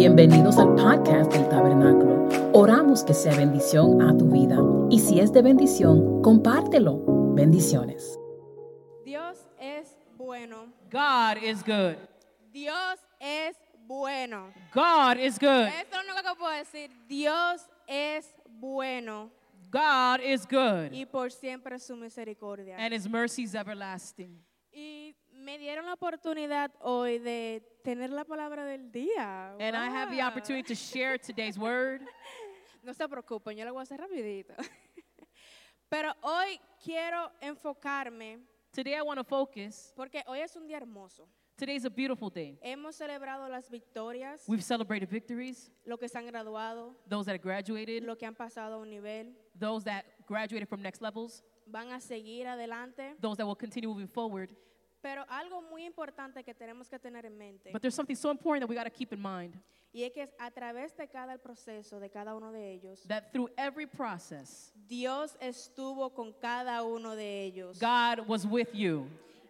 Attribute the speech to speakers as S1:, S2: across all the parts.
S1: Bienvenidos al podcast del Tabernáculo. Oramos que sea bendición a tu vida y si es de bendición, compártelo. Bendiciones.
S2: Dios es bueno.
S3: God is good.
S2: Dios es bueno.
S3: God is good.
S2: Eso es lo único que puedo decir. Dios es bueno.
S3: God is good.
S2: Y por siempre su misericordia.
S3: And his mercy is everlasting.
S2: Y me dieron la oportunidad hoy de tener la palabra del día.
S3: And I have the
S2: Wow.
S3: opportunity to share today's word.
S2: No se preocupen, yo lo voy a hacer rapidito. Pero hoy quiero enfocarme
S3: Today I want to focus.
S2: porque hoy es un día hermoso.
S3: Today's a beautiful day.
S2: Hemos celebrado las victorias,
S3: We've celebrated victories,
S2: los que se han graduado,
S3: those that have graduated,
S2: los que han pasado a un nivel,
S3: those that graduated from next levels,
S2: van a seguir adelante.
S3: those that will continue moving forward.
S2: Pero algo muy importante que tenemos que tener en mente
S3: But there's something so important that we got to keep in mind
S2: y es que a través de cada proceso de cada uno de ellos,
S3: that through every process,
S2: Dios estuvo con cada uno de ellos.
S3: God was with you.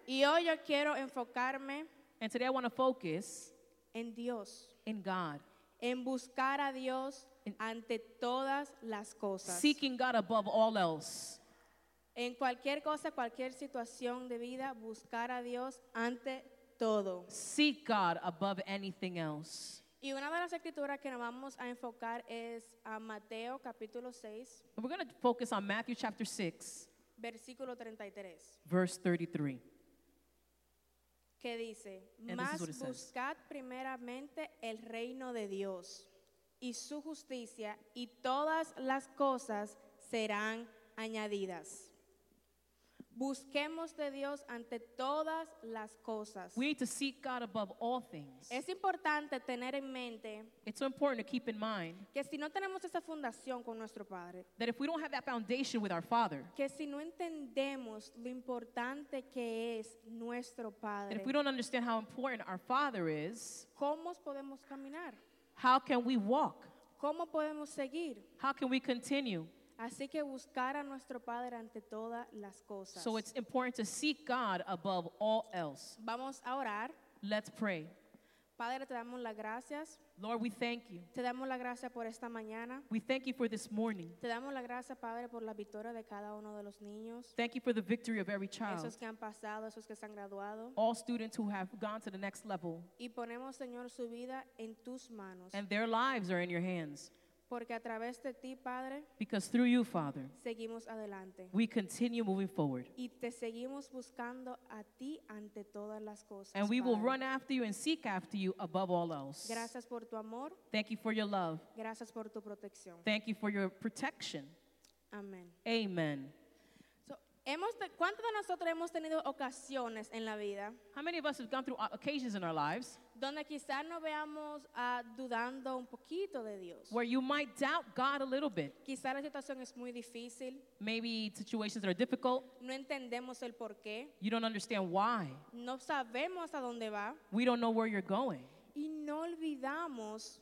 S2: Y hoy yo quiero enfocarme
S3: And today I want to focus
S2: en Dios,
S3: in God,
S2: en buscar a Dios ante todas las cosas.
S3: seeking God above all else.
S2: En cualquier cosa, cualquier situación de vida, buscar a Dios ante todo.
S3: Seek God above anything else.
S2: Y una de las escrituras que nos vamos a enfocar es a Mateo capítulo 6,
S3: We're going to focus on Matthew chapter 6,
S2: versículo 33.
S3: verse 33.
S2: que dice,
S3: this is
S2: más
S3: what it says.
S2: buscad primeramente el reino de Dios y su justicia y todas las cosas serán añadidas. Busquemos de Dios ante todas las cosas.
S3: We need to seek God above all things.
S2: es importante tener en mente
S3: It's so important to keep in mind
S2: que si no tenemos esa fundación con nuestro Padre,
S3: that if we don't have that foundation with our Father,
S2: que si no entendemos lo importante que es nuestro
S3: and
S2: Padre,
S3: if we don't understand how important our Father is,
S2: ¿cómo podemos caminar?
S3: how can we walk?
S2: ¿Cómo podemos seguir?
S3: How can we continue?
S2: Así que buscar a nuestro Padre ante todas las cosas.
S3: So it's important to seek God above all else.
S2: Vamos a orar.
S3: Let's pray.
S2: Padre, te damos las gracias.
S3: Lord, we thank you.
S2: Te damos las gracias por esta mañana.
S3: We thank you for this morning.
S2: Te damos las gracias, Padre, por la victoria de cada uno de los niños.
S3: Thank you for the victory of every child,
S2: Esos que han pasado, esos que se han graduado.
S3: all students who have gone to the next level,
S2: Y ponemos, Señor, su vida en tus manos.
S3: and their lives are in your hands.
S2: Porque a través de ti, Padre,
S3: Because through you, Father,
S2: seguimos adelante.
S3: we continue moving forward.
S2: Y te seguimos buscando a ti ante todas las cosas.
S3: And we will
S2: Padre.
S3: run after you and seek after you above all else.
S2: Gracias por tu amor.
S3: Thank you for your love.
S2: Gracias por tu protección.
S3: Thank you for your protection.
S2: Amén.
S3: Amen.
S2: So, hemos te- ¿Cuántos de nosotros hemos tenido ocasiones en la vida
S3: How many of us have gone through o- occasions in our lives
S2: donde quizás nos veamos ah, dudando un poquito de Dios?
S3: where you might doubt God a little bit?
S2: Quizás la situación es muy difícil,
S3: Maybe situations that are difficult,
S2: no entendemos el por qué,
S3: you don't understand why.
S2: no sabemos a dónde va
S3: We don't know where you're going.
S2: y no olvidamos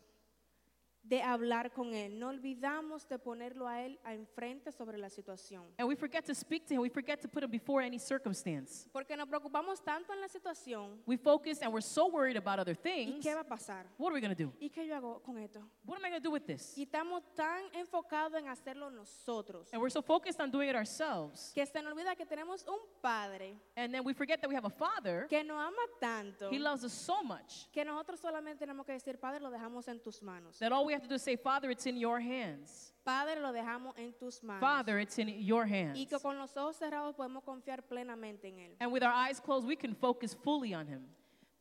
S2: de hablar con Él, no olvidamos de ponerlo a Él a enfrente sobre la situación.
S3: And we forget to speak to Him. We forget to put Him before any circumstance.
S2: Porque nos preocupamos tanto en la situación
S3: We focus and we're so worried about other
S2: y
S3: things.
S2: qué va a pasar.
S3: What are we going to do?
S2: ¿Y qué yo hago con esto?
S3: What am I going to do with this?
S2: Y estamos tan enfocados en hacerlo nosotros.
S3: And we're so focused on doing it ourselves.
S2: que se nos olvida que tenemos un padre
S3: And then we forget that we have a father.
S2: que nos ama tanto
S3: He loves us so much
S2: que nosotros solamente tenemos que decir, Padre, lo dejamos en tus manos.
S3: that all we have to do is say, Father, it's in your hands.
S2: Padre, lo dejamos en tus manos.
S3: Father, it's in your hands.
S2: y que con los ojos cerrados podemos confiar plenamente en Él.
S3: And with our eyes closed, we can focus fully on Him.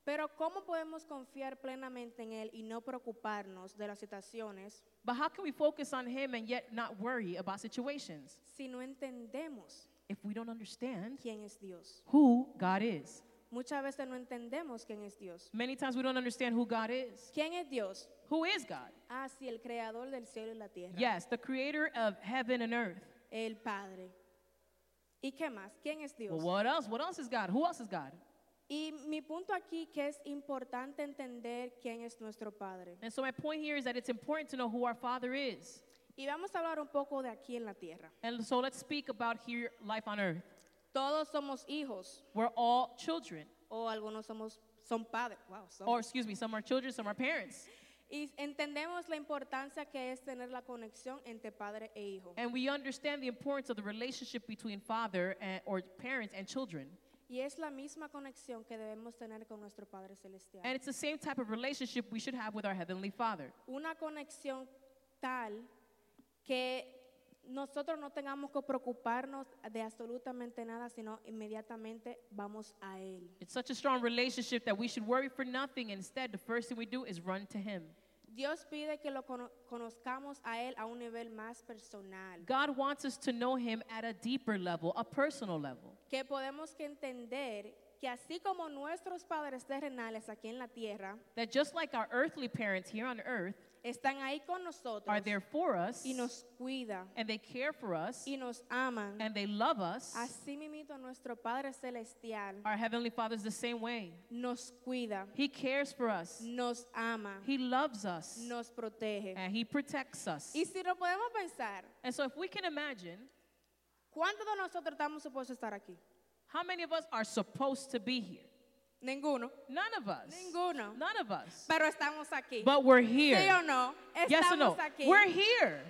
S2: Pero ¿cómo podemos confiar plenamente en Él y no preocuparnos de las situaciones
S3: But how can we focus on Him and yet not worry about situations
S2: si no entendemos
S3: if we don't understand
S2: quién es Dios?
S3: who God is?
S2: Muchas veces no entendemos quién es Dios.
S3: Many times we don't understand who God is.
S2: ¿Quién es Dios?
S3: Who is God?
S2: Ah, sí, el creador del cielo y la tierra.
S3: Yes, the creator of heaven and earth.
S2: El Padre. ¿Y qué más? ¿Quién es Dios?
S3: Well, what else? What else is God? Who else is God?
S2: Y mi punto aquí que es importante entender quién es nuestro Padre.
S3: And so my point here is that it's important to know who our Father is.
S2: Y vamos a hablar un poco de aquí en la tierra.
S3: And so let's speak about here life on earth.
S2: Todos somos hijos
S3: We're all children.
S2: o algunos somos son padres. Wow, somos.
S3: Or excuse me, some are children, some are parents.
S2: Y entendemos la importancia que es tener la conexión entre padre e hijo.
S3: And we understand the importance of the relationship between father and, or parents and children.
S2: Y es la misma conexión que debemos tener con nuestro Padre Celestial.
S3: And it's the same type of relationship we should have with our Heavenly Father.
S2: Una conexión tal que nosotros no tengamos que preocuparnos de absolutamente nada, sino inmediatamente vamos a Él.
S3: It's such a strong relationship that we should worry for nothing. Instead, the first thing we do is run to Him.
S2: Dios pide que lo cono- conozcamos a Él a un nivel más personal,
S3: God wants us to know Him at a deeper level, a personal level.
S2: que podemos que entender que así como nuestros padres terrenales aquí en la tierra
S3: That just like our earthly parents here on earth
S2: están ahí con nosotros
S3: are there for us
S2: y nos cuidan
S3: and they care for us
S2: y nos aman,
S3: and they love us,
S2: así mismo nuestro Padre Celestial
S3: our Heavenly Father is the same way.
S2: nos cuida,
S3: He cares for us,
S2: nos ama,
S3: He loves us,
S2: nos protege.
S3: and He protects us.
S2: Y si lo podemos pensar,
S3: And so, if we can imagine
S2: ¿cuántos de nosotros estamos supuestos a estar aquí?
S3: how many of us are supposed to be here,
S2: Ninguno.
S3: none of us,
S2: Ninguno.
S3: none of us,
S2: Pero estamos aquí.
S3: but we're
S2: ¿Sí o
S3: here.
S2: no? Estamos
S3: Yes or no?
S2: aquí
S3: We're here.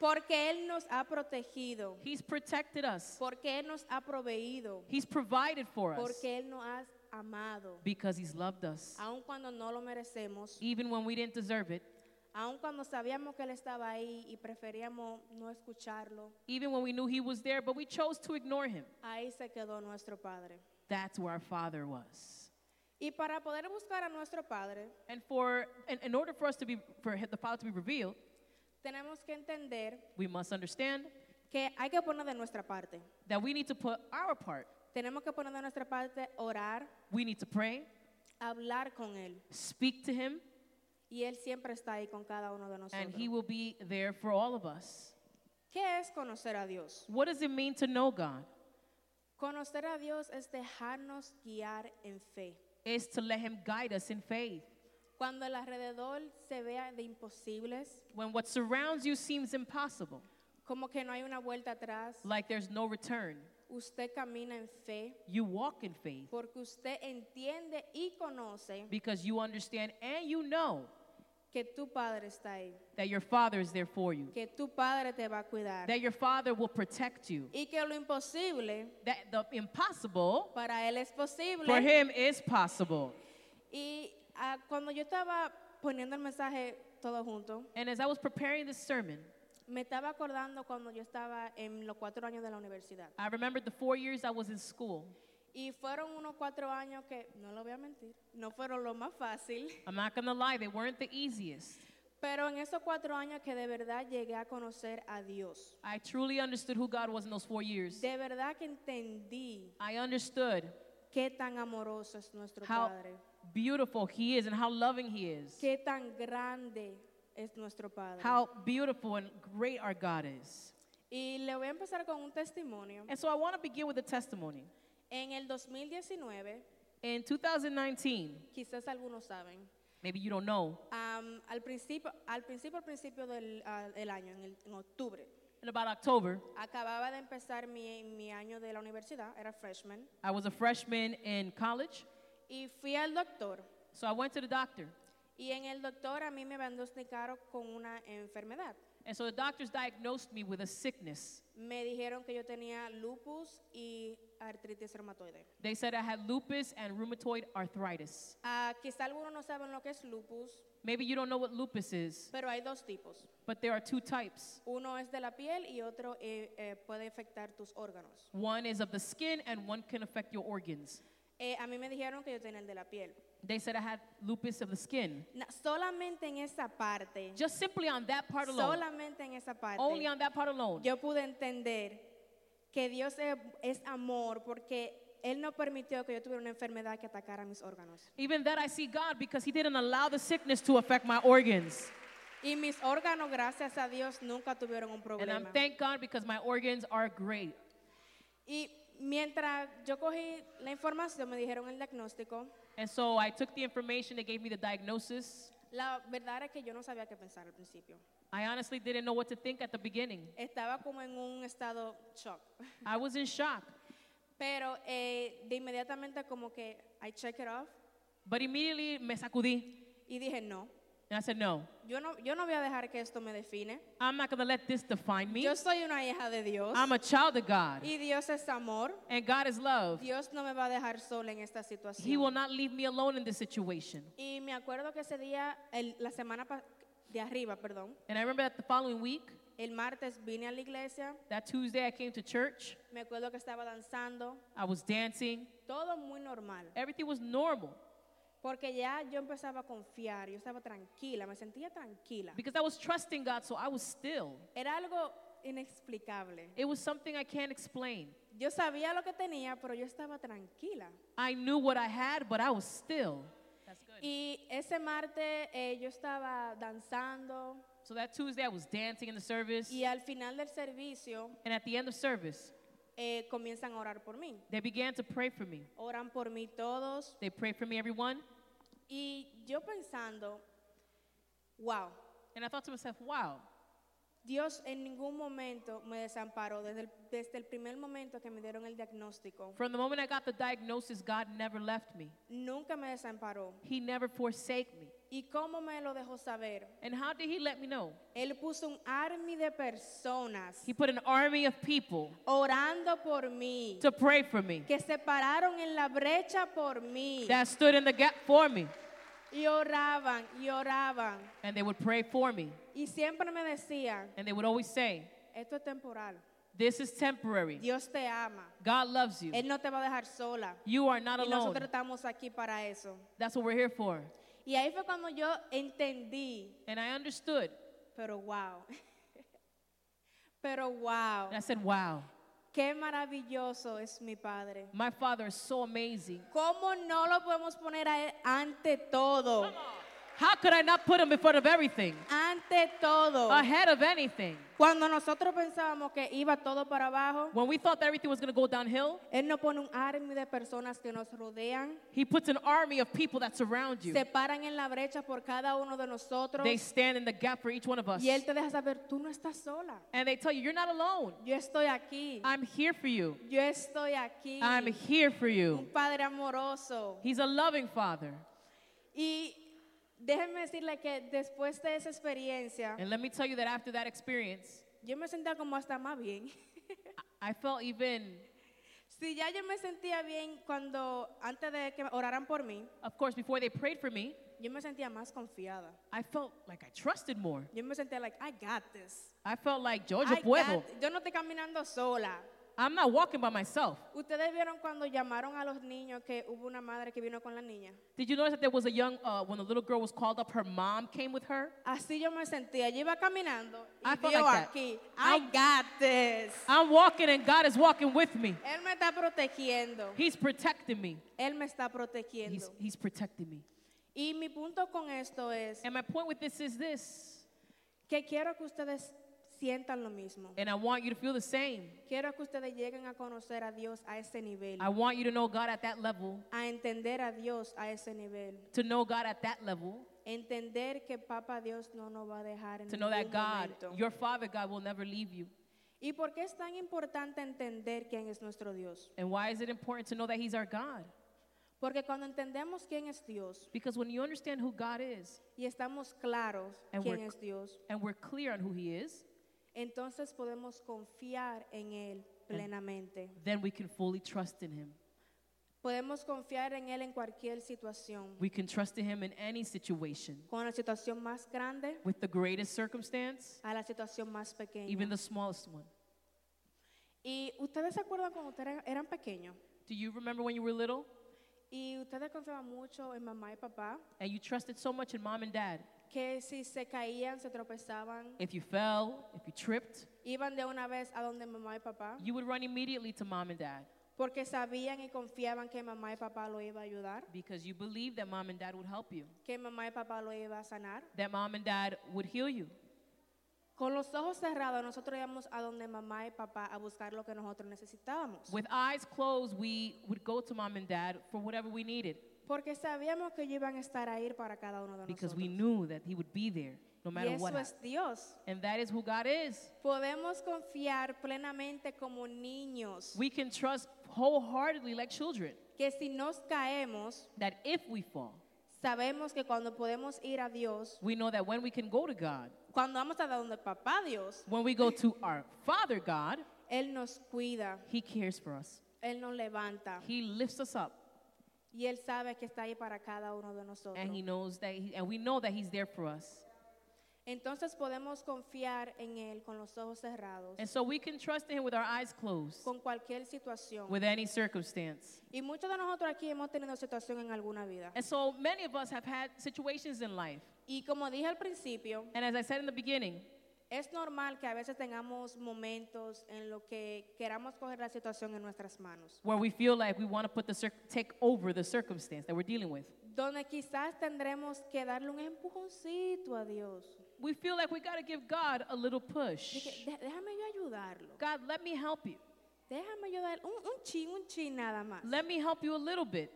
S2: porque Él nos ha protegido,
S3: He's protected us.
S2: porque Él nos ha proveído,
S3: He's provided for us
S2: porque Ah. Él nos ha amado,
S3: because He's loved us.
S2: aun cuando no lo merecemos,
S3: Even when we didn't deserve it,
S2: aun cuando sabíamos que Él estaba ahí y preferíamos no escucharlo,
S3: even when we knew He was there, but we chose to ignore Him.
S2: ahí se quedó nuestro Padre.
S3: That's where our Father was.
S2: Y para poder buscar a nuestro Padre,
S3: And for and in order for us to be for the Father to be revealed,
S2: tenemos que entender
S3: we must understand
S2: que hay que poner de nuestra parte.
S3: that we need to put our part.
S2: Tenemos que poner de nuestra parte orar,
S3: We need to pray,
S2: hablar con Él.
S3: speak to Him,
S2: Y Él siempre está ahí con cada uno de
S3: and
S2: nosotros.
S3: He will be there for all of us.
S2: ¿Qué es conocer a Dios?
S3: What does it mean to know God?
S2: Conocer a Dios es dejarnos guiar en fe.
S3: Is to let Him guide us in faith.
S2: Cuando el alrededor se vea de imposibles,
S3: When what surrounds you seems impossible,
S2: como que no hay una vuelta atrás,
S3: like there's no return,
S2: usted camina en fe
S3: you walk in faith
S2: porque usted entiende y conoce
S3: because you understand and you know
S2: que tu Padre está ahí,
S3: that your Father is there for you,
S2: que tu Padre te va a cuidar
S3: that your Father will protect you,
S2: y que lo imposible
S3: that the impossible
S2: para Él es posible.
S3: for Him is possible.
S2: Y ah, cuando yo estaba poniendo el mensaje todo junto,
S3: And as I was preparing this sermon,
S2: me estaba acordando cuando yo estaba en los cuatro años de la universidad.
S3: I remembered the four years I was in school.
S2: Y fueron unos cuatro años que, no lo voy a mentir, no fueron lo más fácil,
S3: I'm not gonna lie, they weren't the easiest.
S2: pero en esos cuatro años que de verdad llegué a conocer a Dios.
S3: I truly understood who God was in those four years.
S2: De verdad que entendí
S3: I understood
S2: qué tan amoroso es nuestro
S3: how
S2: Padre,
S3: beautiful He is and how loving He is.
S2: qué tan grande es nuestro Padre.
S3: How beautiful and great our God is.
S2: Y le voy a empezar con un testimonio.
S3: And so I wanna begin with a testimony.
S2: En el 2019,
S3: In 2019,
S2: quizás algunos saben,
S3: maybe you don't know,
S2: Am, al principio, al principio, al principio del ah, del año, en, el- en octubre,
S3: in about October,
S2: acababa de empezar mi, mi año de la universidad, era freshman,
S3: I was a freshman in college,
S2: y fui al doctor.
S3: so I went to the doctor.
S2: Y en el doctor a mí me diagnosticaron con una enfermedad.
S3: And so the doctors diagnosed me with a sickness.
S2: Me dijeron que yo tenía lupus y artritis reumatoide.
S3: They said I had lupus and rheumatoid arthritis.
S2: Ah, quizá algunos no saben lo que es lupus,
S3: Maybe you don't know what lupus is,
S2: pero hay dos tipos.
S3: but there are two types.
S2: Uno es de la piel y otro eh, eh, puede afectar tus órganos.
S3: One is of the skin and one can affect your organs.
S2: Eh, a mí me dijeron que yo tenía el de la piel.
S3: They said I had lupus of the skin.
S2: Na- solamente en esa parte
S3: Just simply on that part alone,
S2: Solamente en esa parte.
S3: only on that part alone,
S2: yo pude entender que Dios es, es amor porque Él no permitió que yo tuviera una enfermedad que atacara mis órganos.
S3: even that I see God because He didn't allow the sickness to affect my organs.
S2: Y mis órganos, gracias a Dios, nunca tuvieron un
S3: And I'm
S2: problema.
S3: thank God because my organs are great.
S2: Y mientras yo cogí la información, me dijeron el diagnóstico,
S3: And so I took the information, they gave me the diagnosis.
S2: la verdad es que yo no sabía qué pensar al principio.
S3: I honestly didn't know what to think at the beginning.
S2: Estaba como en un estado shock.
S3: I was in shock.
S2: Pero eh, de inmediatamente como que I check it off
S3: But immediately me sacudí
S2: y dije no.
S3: And I said, No,
S2: Yo no, yo no voy a dejar que esto me define.
S3: I'm not going to let this define me.
S2: Yo soy una hija de Dios.
S3: I'm a child of God,
S2: Y Dios es amor.
S3: and God is love.
S2: Dios no me va a dejar sola en esta situación.
S3: He will not leave me alone in this situation.
S2: Y me acuerdo que ese día, el- la semana pa- de arriba, perdón,
S3: And I remember that the following week,
S2: el martes vine a la iglesia,
S3: that Tuesday, I came to church.
S2: me acuerdo que estaba danzando,
S3: I was dancing.
S2: todo muy normal,
S3: Everything was normal
S2: porque ya yo empezaba a confiar, yo estaba tranquila, me sentía tranquila.
S3: because I was trusting God, so I was still.
S2: Era algo inexplicable.
S3: It was something I can't explain.
S2: Yo sabía lo que tenía, pero yo estaba tranquila.
S3: I knew what I had, but I was still. That's good.
S2: Y ese martes eh, yo estaba danzando
S3: So that Tuesday, I was dancing in the service.
S2: y al final del servicio
S3: And at the end of service,
S2: eh, comienzan a orar por mí.
S3: they began to pray for me.
S2: Oran por mí todos,
S3: They prayed for me, everyone.
S2: Y yo pensando, wow,
S3: And I thought to myself, wow,
S2: Dios en ningún momento me desamparó desde el, desde el primer momento que me dieron el diagnóstico.
S3: from the moment I got the diagnosis, God never left me.
S2: Nunca me desamparó.
S3: He never forsake me.
S2: ¿Y cómo me lo dejó saber?
S3: And how did he let me know?
S2: Él puso un army de personas
S3: He put an army of people
S2: orando por mí,
S3: to pray for me
S2: que se pararon en la brecha por mí
S3: that stood in the gap for me.
S2: y oraban y oraban.
S3: And they would pray for me.
S2: Y siempre me decían,
S3: And they would always say,
S2: esto es temporal,
S3: This is temporary.
S2: Dios te ama,
S3: God loves you.
S2: Él no te va a dejar sola.
S3: You are not
S2: Y
S3: alone.
S2: nosotros estamos aquí para eso.
S3: That's what we're here for.
S2: Y ahí fue cuando yo entendí,
S3: And I understood.
S2: pero wow, pero wow,
S3: And I said, Wow,
S2: qué maravilloso es mi Padre.
S3: my father is so amazing.
S2: ¿Cómo no lo podemos poner a Él ante todo?
S3: How could I not put him in front of everything?
S2: Ante todo.
S3: Ahead of anything.
S2: Cuando nosotros pensábamos que iba todo para abajo,
S3: When we thought that everything was going to go downhill,
S2: Él nos pone un army de personas que nos rodean,
S3: he puts an army of people that surround you.
S2: se paran en la brecha por cada uno de nosotros
S3: They stand in the gap for each one of us.
S2: y Él te deja saber, tú no estás sola.
S3: And they tell you, You're not alone.
S2: Yo estoy aquí.
S3: I'm here for you.
S2: Yo estoy aquí.
S3: I'm here for you.
S2: un padre amoroso.
S3: He's a loving father.
S2: Y déjenme decirle que después de esa experiencia,
S3: And let me tell you that after that experience,
S2: yo me sentía como hasta más bien.
S3: I felt even,
S2: si ya yo me sentía bien cuando, antes de que oraran por mí,
S3: of course, before they prayed for me,
S2: yo me sentía más confiada.
S3: I felt like I trusted more.
S2: Yo me sentía like, I got this.
S3: I felt like, Oh, yo, yo
S2: I
S3: puedo.
S2: got- yo no estoy caminando sola.
S3: I'm not walking by myself.
S2: Ustedes vieron cuando llamaron a los niños que hubo una madre que vino con la niña.
S3: Did you notice that there was a young, uh, when the little girl was called up, her mom came with her?
S2: Así yo me sentía. Yo iba caminando y
S3: Ah, I felt
S2: Dios
S3: like that.
S2: aquí. I
S3: I'm-
S2: got this.
S3: I'm walking and God is walking with me.
S2: Él me está protegiendo.
S3: He's protecting me.
S2: Él me está
S3: He's,
S2: protegiendo.
S3: he's protecting me.
S2: Y mi punto con esto es
S3: And my point with this is this,
S2: que quiero que ustedes sientan lo mismo.
S3: and I want you to feel the same.
S2: Quiero que ustedes lleguen a conocer a Dios a ese nivel,
S3: I want you to know God at that level,
S2: a entender a Dios a ese nivel,
S3: to know God at that level,
S2: entender que Papa Dios no nos va a dejar en
S3: to know that
S2: ningún
S3: God,
S2: momento.
S3: your Father God, will never leave you.
S2: ¿Y por qué es tan importante entender quién es nuestro Dios?
S3: And why is it important to know that He's our God?
S2: Porque cuando entendemos quién es Dios
S3: Because when you understand who God is
S2: y estamos claros
S3: And
S2: quién
S3: we're-
S2: es Dios,
S3: and we're clear on who He is,
S2: entonces podemos confiar en Él
S3: Mm.
S2: plenamente.
S3: then we can fully trust in Him.
S2: Podemos confiar en Él en cualquier situación.
S3: We can trust in Him in any situation,
S2: con la situación más grande
S3: with the greatest circumstance,
S2: a la situación más pequeña.
S3: even the smallest one.
S2: y ustedes se acuerdan cuando ustedes eran- eran pequeños
S3: Do you remember when you were little
S2: y ustedes confiaban mucho en mamá y papá
S3: and you trusted so much in mom and dad?
S2: que si se caían, se tropezaban,
S3: If you fell, if you tripped,
S2: iban de una vez a donde mamá y papá
S3: you would run immediately to mom and dad
S2: porque sabían y confiaban que mamá y papá lo iba a ayudar,
S3: because you believed that mom and dad would help you,
S2: que mamá y papá lo iba a sanar.
S3: that mom and dad would heal you.
S2: Con los ojos cerrados nosotros íbamos a donde mamá y papá a buscar lo que nosotros necesitábamos
S3: With eyes closed, we would go to mom and dad for whatever we needed
S2: porque sabíamos que ellos iban a estar ahí para cada uno de
S3: because
S2: nosotros.
S3: we knew that he would be there no
S2: y
S3: matter what.
S2: eso
S3: happened.
S2: es Dios.
S3: And that is who God is.
S2: Podemos confiar plenamente como niños
S3: We can trust wholeheartedly like children
S2: que si nos caemos,
S3: that if we fall,
S2: Sabemos que cuando podemos ir a Dios,
S3: we know that when we can go to God,
S2: cuando vamos a donde papá Dios,
S3: when we go to our Father God,
S2: Él nos cuida,
S3: He cares for us.
S2: Él nos levanta
S3: He lifts us up,
S2: y Él sabe que está ahí para cada uno de nosotros.
S3: and He knows that, he, and we know that He's there for us.
S2: Entonces podemos confiar en Él con los ojos cerrados,
S3: And so we can trust in Him with our eyes closed,
S2: con cualquier situación.
S3: with any circumstance.
S2: Y muchos de nosotros aquí hemos tenido situación en alguna vida.
S3: And so many of us have had situations in life.
S2: Y como dije al principio,
S3: And as I said in the beginning,
S2: es normal que a veces tengamos momentos en los que queramos coger la situación en nuestras manos,
S3: where we feel like we want to put the cir- take over the circumstance that we're dealing with.
S2: donde quizás tendremos que darle un empujoncito a Dios.
S3: We feel like we got to give God a little
S2: De
S3: push.
S2: que, "Dé- déjame yo ayudarlo.
S3: God, let me help you.
S2: Déjame yo dar un, un chin, un chin nada más.
S3: Let me help you a little bit.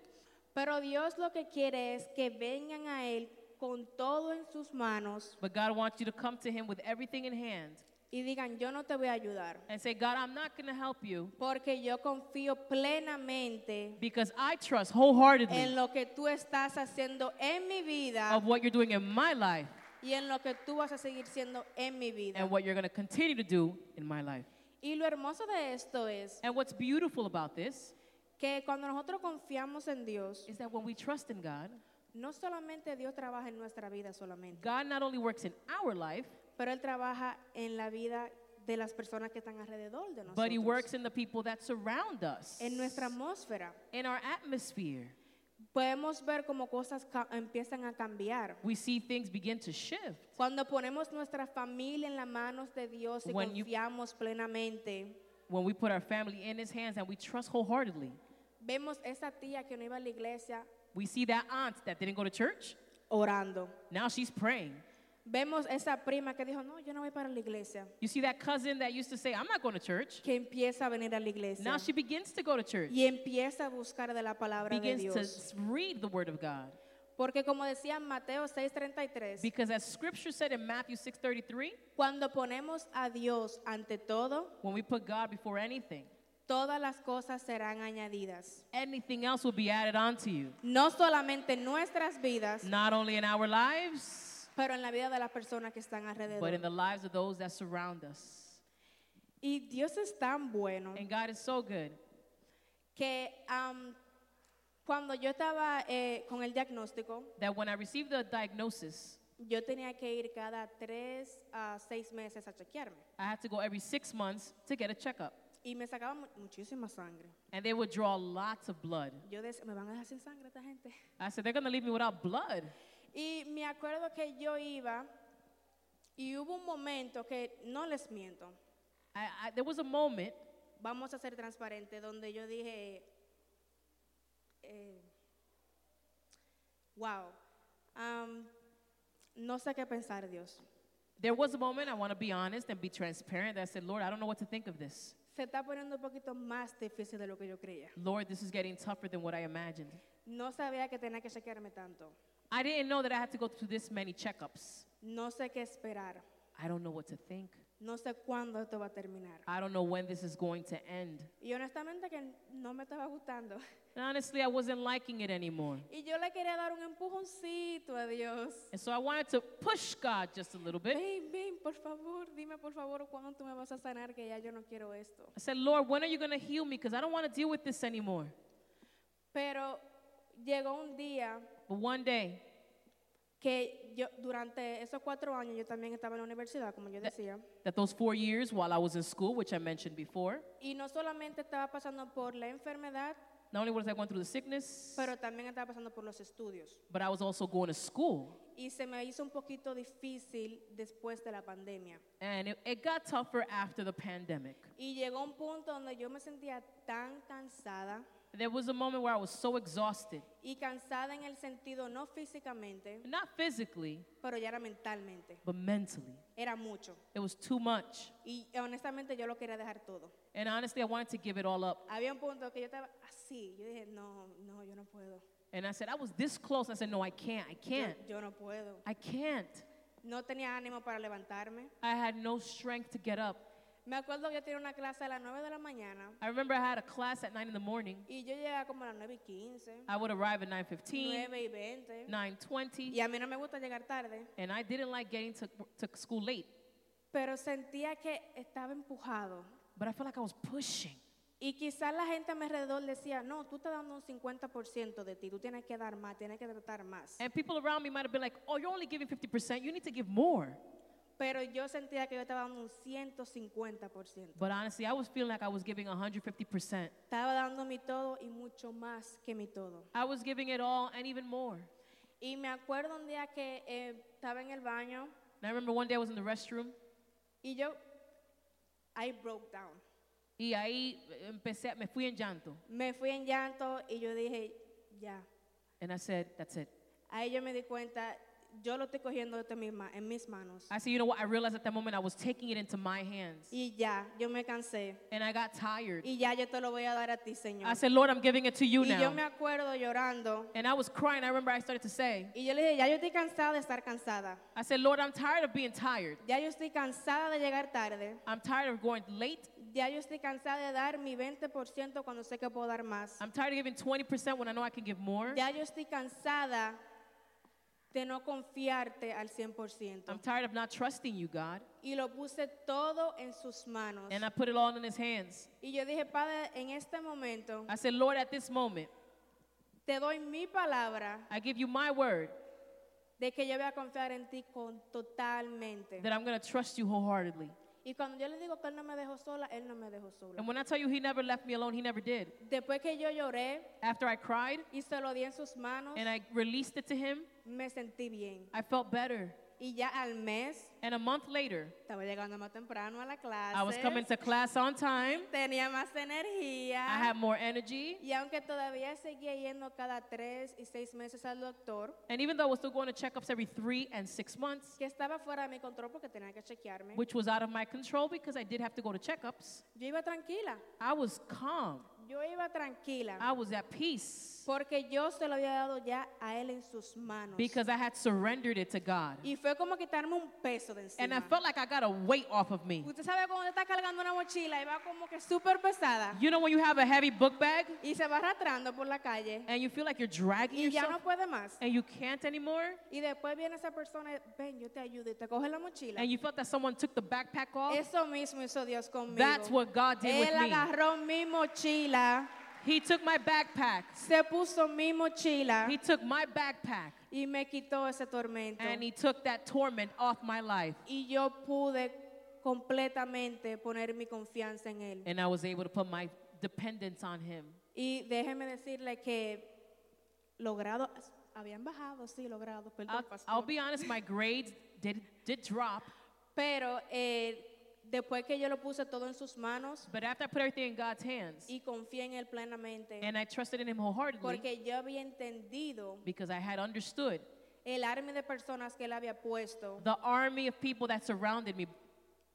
S2: Pero Dios lo que quiere es que vengan a Él con todo en sus manos
S3: But God wants you to come to Him with everything in hand
S2: y digan, yo no te voy a ayudar.
S3: and say, God, I'm not going to help you
S2: Porque yo confío plenamente
S3: because I trust
S2: en
S3: wholeheartedly
S2: lo que tú estás haciendo en mi vida
S3: of what you're doing in my life
S2: y en lo que tú vas a seguir siendo en mi vida.
S3: and what you're going to continue to do in my life.
S2: Y lo hermoso de esto es
S3: And what's beautiful about this
S2: que cuando nosotros confiamos en Dios,
S3: is that when we trust in God,
S2: no solamente Dios trabaja en nuestra vida solamente,
S3: God not only works in our life,
S2: pero Él trabaja en la vida de las personas que están alrededor de
S3: but He
S2: nosotros,
S3: works in the people that surround us,
S2: en nuestra atmósfera.
S3: in our atmosphere.
S2: Podemos ver cómo cosas ca- empiezan a cambiar.
S3: We see things begin to shift.
S2: Cuando ponemos nuestra familia en las manos de Dios y
S3: When you-
S2: confiamos plenamente,
S3: when we put our family in his hands and we trust wholeheartedly.
S2: vemos esa tía que no iba a la iglesia
S3: We see that aunt that didn't go to church,
S2: orando.
S3: now she's praying.
S2: Vemos esa prima que dijo, no, yo no voy para la iglesia,
S3: You see that cousin that used to say, I'm not going to church,
S2: que empieza a venir a la iglesia
S3: now she begins to go to church,
S2: y empieza a buscar de la palabra de
S3: begins to
S2: Dios.
S3: s- read the word of God.
S2: Porque como decía Mateo 6:33,
S3: Because as scripture said in Matthew 6:33,
S2: cuando ponemos a Dios ante todo,
S3: when we put God before anything,
S2: todas las cosas serán añadidas.
S3: anything else will be added onto you.
S2: No solamente en nuestras vidas,
S3: Not only in our lives,
S2: pero en la vida de las personas que están
S3: but in
S2: alrededor.
S3: the lives of those that surround us.
S2: Y Dios es tan bueno
S3: And God is so good.
S2: que am, cuando yo estaba eh, con el diagnóstico,
S3: That when I received the diagnosis,
S2: yo tenía que ir cada tres a seis meses a chequearme.
S3: I had to go every six months to get a checkup.
S2: Y me sacaban mu- muchísima sangre.
S3: And they would draw lots of blood.
S2: Yo decía, me van a dejar sin sangre esta gente.
S3: I said, they're going to leave me without blood.
S2: Y me acuerdo que yo iba y hubo un momento que, no les miento,
S3: I, I, there was a moment
S2: vamos a ser transparentes, donde yo dije, eh, wow, am, no sé qué pensar Dios.
S3: there was a moment, I want to be honest and be transparent, that I said, Lord, I don't know what to think of this.
S2: Se está poniendo un poquito más difícil de lo que yo creía.
S3: Lord, this is getting tougher than what I imagined.
S2: No sabía que tenía que chequearme tanto.
S3: I didn't know that I had to go through this many checkups.
S2: No sé qué esperar.
S3: I don't know what to think.
S2: No sé cuándo esto va a terminar.
S3: I don't know when this is going to end.
S2: Y honestamente que no me estaba gustando.
S3: And honestly, I wasn't liking it anymore.
S2: Y yo le quería dar un empujoncito a Dios.
S3: And so I wanted to push God just a little bit.
S2: Ven, ven, por favor, dime por favor cuándo tú me vas a sanar que ya yo no quiero esto.
S3: I said, Lord, when are you going to heal me? Because I don't want to deal with this anymore.
S2: Pero llegó un día
S3: But one day,
S2: que yo durante esos cuatro años yo también estaba en la universidad, como yo decía,
S3: that those four years while I was in school, which I mentioned before,
S2: y no solamente estaba pasando por la enfermedad,
S3: not only was I going through the sickness,
S2: pero también estaba pasando por los estudios.
S3: but I was also going to school.
S2: Y se me hizo un poquito difícil después de la pandemia.
S3: And it, it got tougher after the pandemic.
S2: Y llegó un punto donde yo me sentía tan cansada,
S3: There was a moment where I was so exhausted,
S2: y cansada en el sentido no físicamente,
S3: not physically,
S2: pero ya era mentalmente.
S3: but mentally.
S2: Era mucho.
S3: It was too much.
S2: Y honestamente yo lo quería dejar todo.
S3: And honestly, I wanted to give it all up.
S2: Había un punto que yo estaba así. Yo dije, no, no, yo no puedo.
S3: And I said, I was this close. I said, no, I can't. I
S2: Yo,
S3: can't.
S2: yo no puedo.
S3: I can't.
S2: No tenía ánimo para levantarme.
S3: I had no strength to get up.
S2: Me acuerdo que yo tenía una clase a las 9 de la mañana
S3: I remember I had a class at 9 in the morning.
S2: y yo llegaba como a las 9 y 15,
S3: I would arrive at 9.15,
S2: 9 y 20. Y
S3: 9.20,
S2: a mí no me gusta llegar tarde,
S3: and I didn't like getting to, to school late.
S2: pero sentía que estaba empujado.
S3: But I felt like I was pushing.
S2: Y quizás la gente a mi alrededor decía, no, tú estás dando un 50% de ti, tú tienes que dar más, tienes que tratar más.
S3: And people around me might have been like, oh, you're only giving 50%. You need to give more.
S2: Pero yo sentía que yo estaba dando un 150%.
S3: But honestly, I was feeling like I was giving 150%.
S2: Estaba dando mi todo y mucho más que mi todo.
S3: I was giving it all and even more.
S2: Y me acuerdo un día que eh, estaba en el baño
S3: And I remember one day I was in the restroom.
S2: y yo, I broke down.
S3: Y ahí empecé, me fui en llanto.
S2: Me fui en llanto y yo dije, ya.
S3: And I said, that's it.
S2: Ahí yo me di cuenta, yo lo estoy cogiendo de misma, en mis manos.
S3: I said, you know what? I realized at that moment I was taking it into my hands.
S2: Y ya, yo me cansé.
S3: And I got tired.
S2: Y ya yo te lo voy a dar a ti, Señor.
S3: I said, Lord, I'm giving it to you
S2: y yo
S3: now.
S2: me acuerdo llorando.
S3: And I was crying. I remember I started to say,
S2: Y yo le dije, ya yo estoy cansada de estar cansada.
S3: I said, Lord, I'm tired of being tired.
S2: Ya yo estoy cansada de llegar tarde.
S3: I'm tired of going late.
S2: Ya yo estoy cansada de dar mi 20% cuando sé que puedo dar más.
S3: I'm tired of giving 20% when I know I can give more.
S2: Ya yo estoy cansada de no confiarte al
S3: I'm
S2: 100%.
S3: tired of not trusting you, God.
S2: Y lo puse todo en sus manos.
S3: And I put it all in his hands.
S2: Y yo dije, Padre, en este momento
S3: I said, Lord, at this moment,
S2: te doy mi palabra
S3: I give you my word
S2: de que yo voy a confiar en ti con totalmente.
S3: that I'm going to trust you wholeheartedly.
S2: Y cuando yo le digo que él no me dejó sola, él no me dejó sola.
S3: And when I tell you he never left me alone, he never did.
S2: Después que yo lloré
S3: After I cried
S2: y se lo di en sus manos,
S3: and I released it to him,
S2: me sentí bien.
S3: I felt better.
S2: Y ya al mes,
S3: And a month later,
S2: estaba llegando más temprano a la clase.
S3: I was coming to class on time.
S2: Tenía más energía.
S3: I had more energy.
S2: y aunque todavía seguía yendo cada tres y seis meses al doctor,
S3: And even though I was still going to checkups every three and six months,
S2: que estaba fuera de mi control porque tenía que chequearme,
S3: which was out of my control because I did have to go to checkups,
S2: yo iba tranquila.
S3: I was calm.
S2: Yo iba tranquila.
S3: I was at peace
S2: porque yo se lo había dado ya a él en sus manos.
S3: because I had surrendered it to God.
S2: y fue como quitarme un peso de encima.
S3: And I felt like I got a weight off of me.
S2: Usted sabe cuando está cargando una mochila y va como que súper pesada
S3: You know when you have a heavy book bag
S2: y se va arrastrando por la calle
S3: and you feel like you're dragging
S2: y ya no
S3: yourself
S2: puede más.
S3: and you can't anymore?
S2: Y después viene esa persona, ven, yo te ayudo y te coge la mochila.
S3: And you felt that someone took the backpack off?
S2: Eso mismo hizo Dios conmigo.
S3: That's what God did
S2: Él
S3: with me.
S2: agarró mi mochila,
S3: He took my backpack.
S2: se puso mi mochila
S3: He took my backpack
S2: y me quitó ese tormento.
S3: and he took that torment off my life.
S2: Y yo pude completamente poner mi confianza en Él.
S3: And I was able to put my dependence on him.
S2: Y déjeme decirle que logrado, habían bajado, sí, logrado, perdón,
S3: I'll,
S2: pastor.
S3: I'll be honest, my grades did, did drop,
S2: Pero eh, después que yo lo puse todo en sus manos
S3: but after I put everything in God's hands
S2: y confié en Él plenamente,
S3: and I trusted in him wholeheartedly
S2: porque yo había entendido
S3: because I had understood
S2: el arma de personas que Él había puesto,
S3: the army of people that surrounded me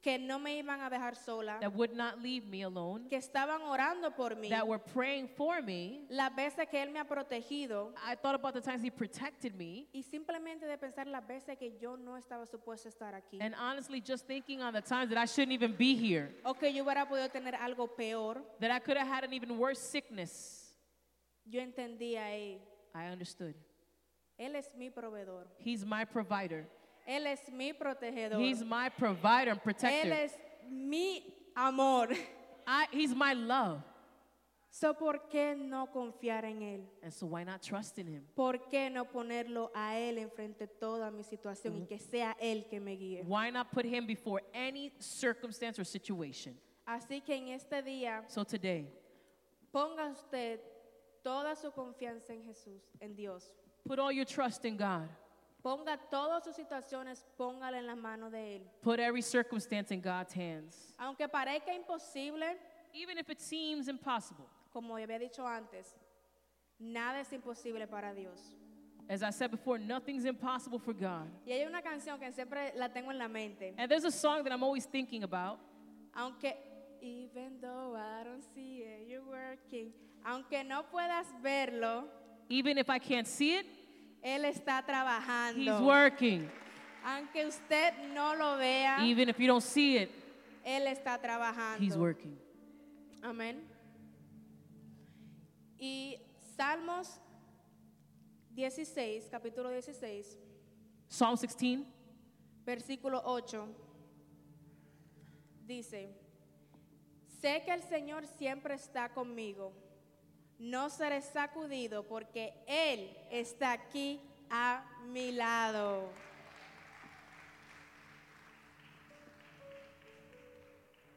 S2: que no me iban a dejar sola,
S3: that would not leave me alone,
S2: que estaban orando por mí.
S3: that were praying for me.
S2: Las veces que Él me ha protegido
S3: I thought about the times he protected me.
S2: y simplemente de pensar las veces que yo no estaba supuesto a estar aquí.
S3: And honestly, just thinking on the times that I shouldn't even be here,
S2: O que yo hubiera podido tener algo peor,
S3: that I could have had an even worse sickness,
S2: yo entendía a Él.
S3: I understood.
S2: Él es mi proveedor.
S3: He's my provider.
S2: Él es mi protegedor.
S3: He's my provider and
S2: Él
S3: protector.
S2: es mi amor.
S3: I, he's my love.
S2: So, ¿por qué no confiar en Él?
S3: And so why not trust in him?
S2: ¿Por qué no ponerlo a Él enfrente de toda mi situación y que sea Él que me guíe?
S3: Why not put him before any circumstance or situation?
S2: Así que en este día,
S3: So today,
S2: ponga usted toda su confianza en Jesús, en Dios.
S3: put all your trust in God.
S2: Ponga todas sus situaciones, póngala en las manos de Él.
S3: Put every circumstance in God's hands.
S2: Aunque parezca imposible,
S3: Even if it seems impossible.
S2: como había dicho antes, nada es imposible para Dios.
S3: As I said before, nothing's impossible for God.
S2: Y hay una canción que siempre la tengo en la mente.
S3: And there's a song that I'm always thinking about.
S2: Aunque even though I don't see it, you're working. Aunque no puedas verlo,
S3: Even if I can't see it,
S2: él está trabajando.
S3: he's working.
S2: Aunque usted no lo vea,
S3: Even if you don't see it,
S2: Él está trabajando.
S3: He's working.
S2: Amén. Y Salmos 16, capítulo 16,
S3: Psalm 16,
S2: versículo 8, dice, sé que el Señor siempre está conmigo, no seré sacudido porque Él está aquí a mi lado.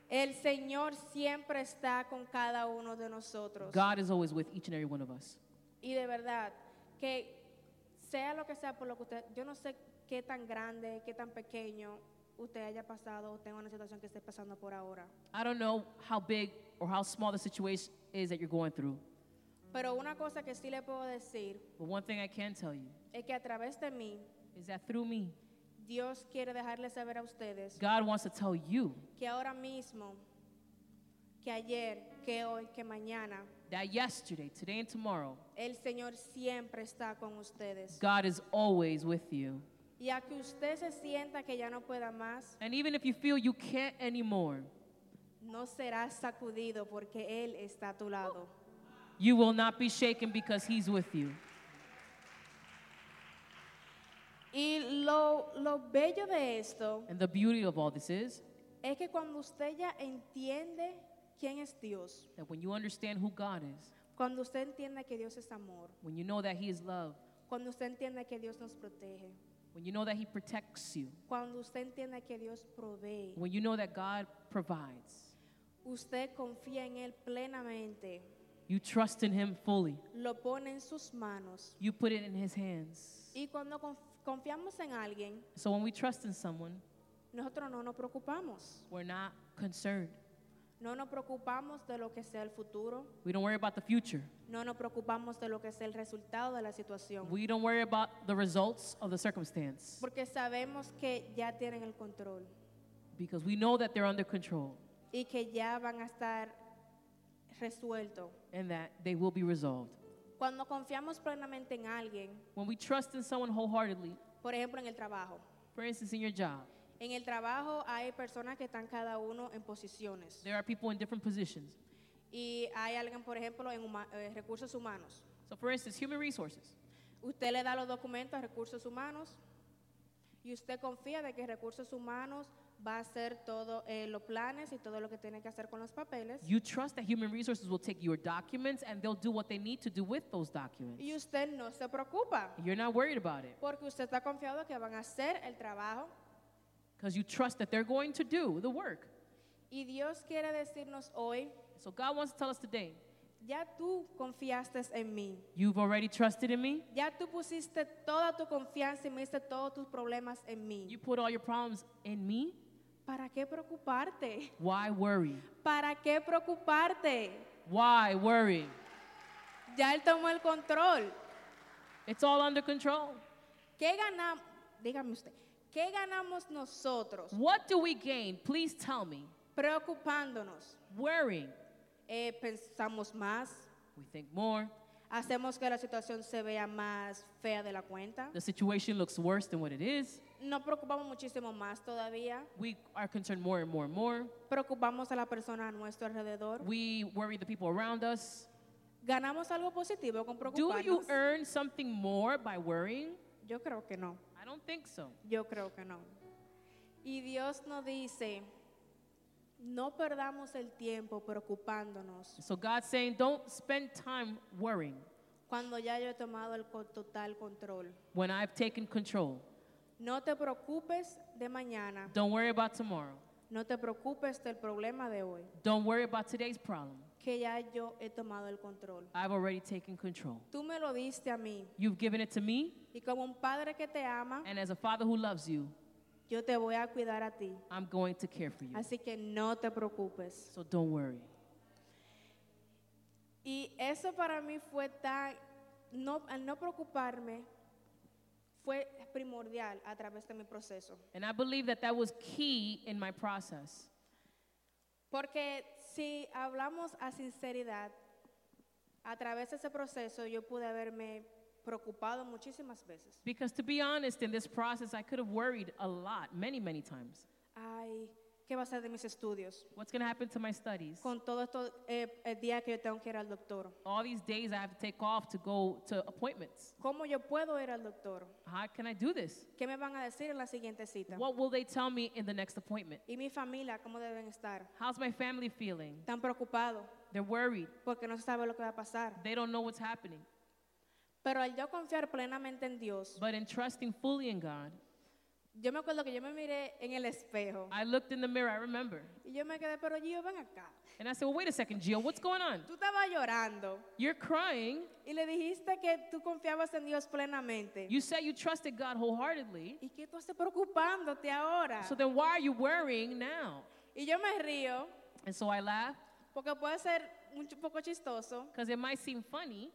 S2: El Señor siempre está con cada uno de nosotros.
S3: God is always with each and every one of us.
S2: Y de verdad, que sea lo que sea por lo que usted, yo no sé qué tan grande, qué tan pequeño usted haya pasado o tenga una situación que esté pasando por ahora.
S3: I don't know how big or how small the situation is that you're going through,
S2: Pero una cosa que sí le puedo decir
S3: but one thing I can tell you
S2: es que a través de mí,
S3: is that through me,
S2: Dios quiere dejarle saber a ustedes
S3: God wants to tell you
S2: que ahora mismo, que ayer, que hoy, que mañana,
S3: that yesterday, today, and tomorrow,
S2: el Señor siempre está con ustedes.
S3: God is always with you.
S2: Y a que usted se sienta que ya no pueda más,
S3: And even if you feel you can't anymore,
S2: no será sacudido porque Él está a tu lado.
S3: you will not be shaken because He's with you.
S2: Y lo, lo bello de esto
S3: And the beauty of all this is
S2: es que cuando usted ya entiende quién es Dios,
S3: that when you understand who God is,
S2: cuando usted entiende que Dios es amor,
S3: when you know that He is love,
S2: cuando usted entiende que Dios nos protege,
S3: when you know that He protects you,
S2: cuando usted entiende que Dios provee,
S3: when you know that God provides,
S2: usted confía en Él plenamente,
S3: you trust in Him fully,
S2: lo pone en sus manos.
S3: you put it in His hands.
S2: Y cuando conf- confiamos en alguien,
S3: So when we trust in someone,
S2: nosotros no nos preocupamos.
S3: we're not concerned.
S2: No nos preocupamos de lo que sea el futuro,
S3: We don't worry about the future.
S2: no nos preocupamos de lo que sea el resultado de la situación.
S3: We don't worry about the results of the circumstance
S2: Porque sabemos que ya tienen el control
S3: because we know that they're under control
S2: y que ya van a estar resueltos.
S3: and that they will be resolved.
S2: Cuando confiamos plenamente en alguien,
S3: When we trust in someone wholeheartedly,
S2: por ejemplo en el trabajo,
S3: for instance, in your job,
S2: en el trabajo hay personas que están cada uno en posiciones
S3: there are people in different positions.
S2: y hay alguien, por ejemplo, en huma- eh, recursos humanos.
S3: So, for instance, human resources.
S2: Usted le da los documentos a recursos humanos y usted confía de que recursos humanos va a hacer todos los planes y todo lo que tiene que hacer con los papeles.
S3: You trust that human resources will take your documents and they'll do what they need to do with those documents.
S2: Y usted no se preocupa.
S3: You're not worried about it
S2: Porque usted está confiado que van a hacer el trabajo
S3: because you trust that they're going to do the work.
S2: y Dios quiere decirnos hoy,
S3: So, God wants to tell us today
S2: ya tú confiaste en mí,
S3: you've already trusted in me,
S2: ya tú pusiste toda tu confianza y me diste todos tus problemas en
S3: you
S2: mí.
S3: put all your problems in me.
S2: ¿Para qué preocuparte?
S3: Why worry?
S2: ¿Para qué preocuparte?
S3: Why worry?
S2: Ya Él tomó el control.
S3: It's all under control.
S2: ¿Qué ganamos? Dígame usted, ¿qué ganamos nosotros
S3: What do we gain? Please tell me.
S2: preocupándonos?
S3: Worrying.
S2: Eh, pensamos más,
S3: We think more.
S2: hacemos que la situación se vea más fea de la cuenta.
S3: The situation looks worse than what it is.
S2: Nos preocupamos muchísimo más todavía.
S3: We are concerned more and more and more.
S2: Preocupamos a la persona a nuestro alrededor.
S3: We worry the people around us.
S2: ¿Ganamos algo positivo con
S3: Do you
S2: preocuparnos?
S3: earn something more by worrying?
S2: Yo creo que no.
S3: I don't think so.
S2: Yo creo que no. Y Dios nos dice, no perdamos el tiempo preocupándonos
S3: So God's saying, don't spend time worrying
S2: cuando ya yo he tomado el co- total control.
S3: when I've taken control.
S2: No te preocupes de mañana.
S3: Don't worry about tomorrow.
S2: No te preocupes del problema de hoy,
S3: Don't worry about today's problem.
S2: que ya yo he tomado el control.
S3: I've already taken control.
S2: Tú me lo diste a mí.
S3: You've given it to me,
S2: Y como un padre que te ama,
S3: and as a father who loves you,
S2: yo te voy a cuidar a ti.
S3: I'm going to care for you.
S2: Así que no te preocupes.
S3: So don't worry.
S2: Y eso para mí fue tan, no, al no preocuparme, fue primordial a través de mi proceso.
S3: And I believe that that was key in my process.
S2: Porque si hablamos a sinceridad, a través de ese proceso yo pude haberme preocupado muchísimas veces.
S3: Because to be honest, in this process, I could have worried a lot, many, many times.
S2: Ay, ¿Qué va a ser de mis estudios?
S3: What's going to happen to my studies?
S2: Con todo esto, eh, el día que yo tengo que ir al doctor.
S3: All these days I have to take off to go to appointments.
S2: ¿Cómo yo puedo ir al doctor?
S3: How can I do this?
S2: ¿Qué me van a decir en la siguiente cita?
S3: What will they tell me in the next appointment?
S2: ¿Y mi familia cómo deben estar?
S3: How's my family feeling?
S2: Tan preocupado
S3: They're worried.
S2: porque no se sabe lo que va a pasar.
S3: They don't know what's happening.
S2: Pero al yo confiar plenamente en Dios,
S3: But in trusting fully in God,
S2: yo me acuerdo que yo me miré en el espejo
S3: I looked in the mirror, I remember.
S2: y yo me quedé, pero Gio, ven acá.
S3: And I said, Well, wait a second, Gio, what's going on?
S2: Tú estabas llorando
S3: You're crying.
S2: y le dijiste que tú confiabas en Dios plenamente.
S3: You said you trusted God wholeheartedly.
S2: ¿Y qué tú haces preocupándote ahora?
S3: So then why are you worrying now?
S2: y yo me río
S3: And so I laughed
S2: porque puede ser un ch- poco chistoso,
S3: because it might seem funny,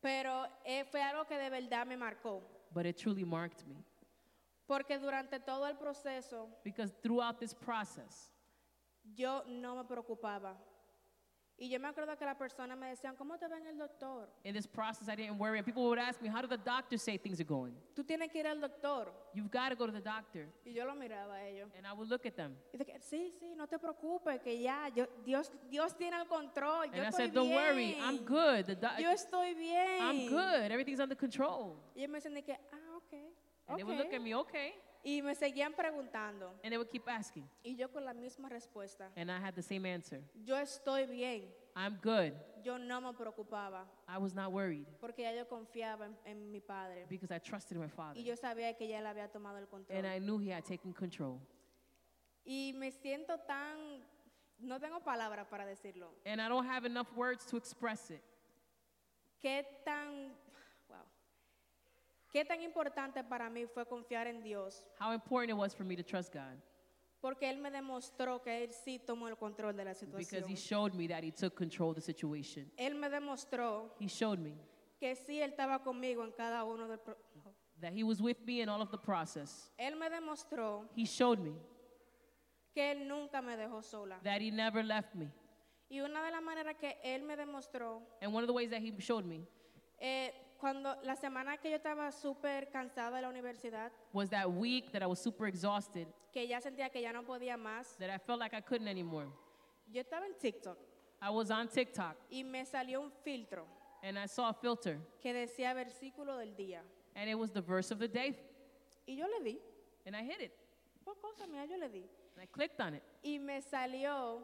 S2: pero eh, fue algo que de verdad me marcó.
S3: but it truly marked me.
S2: Porque durante todo el proceso
S3: Because throughout this process,
S2: yo no me preocupaba. Y yo me acuerdo que las personas me decían, ¿cómo te ven el doctor?
S3: in this process, I didn't worry. And people would ask me, How do the doctors say things are going?
S2: Tú tienes que ir al doctor.
S3: You've got to go to the doctor.
S2: Y yo lo miraba a ellos.
S3: And I would look at them.
S2: Y dije, sí, sí, no te preocupes, que ya, yo- Dios, Dios tiene el control. Yo
S3: And I
S2: estoy
S3: said, Don't
S2: bien.
S3: worry, I'm good. The doc-
S2: Yo estoy bien.
S3: I'm good. Everything's under control.
S2: Y ellos me decían de que, ah, ok.
S3: And they would
S2: ok".
S3: look at me, okay.
S2: Y me seguían preguntando.
S3: And they would keep asking.
S2: Y yo con la misma respuesta.
S3: And I had the same answer
S2: Yo estoy bien.
S3: I'm good.
S2: Yo no me preocupaba
S3: I was not worried
S2: porque ya yo confiaba en, en mi padre.
S3: because I trusted my father.
S2: Y yo sabía que ya él había tomado el
S3: And
S2: control.
S3: I knew he had taken control.
S2: Y me siento tan, no tengo palabras para decirlo.
S3: And I don't have enough words to express it.
S2: Qué tan, wow. Qué tan importante para mí fue confiar en Dios.
S3: How important it was for me to trust God
S2: Porque él me demostró que él sí tomó el control de la
S3: because
S2: situación.
S3: he showed me that he took control of the situation.
S2: Él me demostró
S3: He showed me
S2: que sí él estaba conmigo en cada uno del pro-
S3: that he was with me in all of the process.
S2: Él me demostró
S3: He showed me
S2: que él nunca me dejó sola.
S3: that he never left me.
S2: Y una de las maneras que él me demostró,
S3: And one of the ways that he showed me
S2: eh, cuando la semana que yo estaba súper cansada de la universidad,
S3: was that week that I was super exhausted,
S2: que ya sentía que ya no podía más,
S3: that I felt like I couldn't anymore.
S2: yo estaba en TikTok
S3: I was on TikTok
S2: y me salió un filtro
S3: and I saw a filter
S2: que decía versículo del día.
S3: and it was the verse of the day
S2: Y yo le di,
S3: and I hit it
S2: por cosa mía, yo le di.
S3: and I clicked on it
S2: Y me salió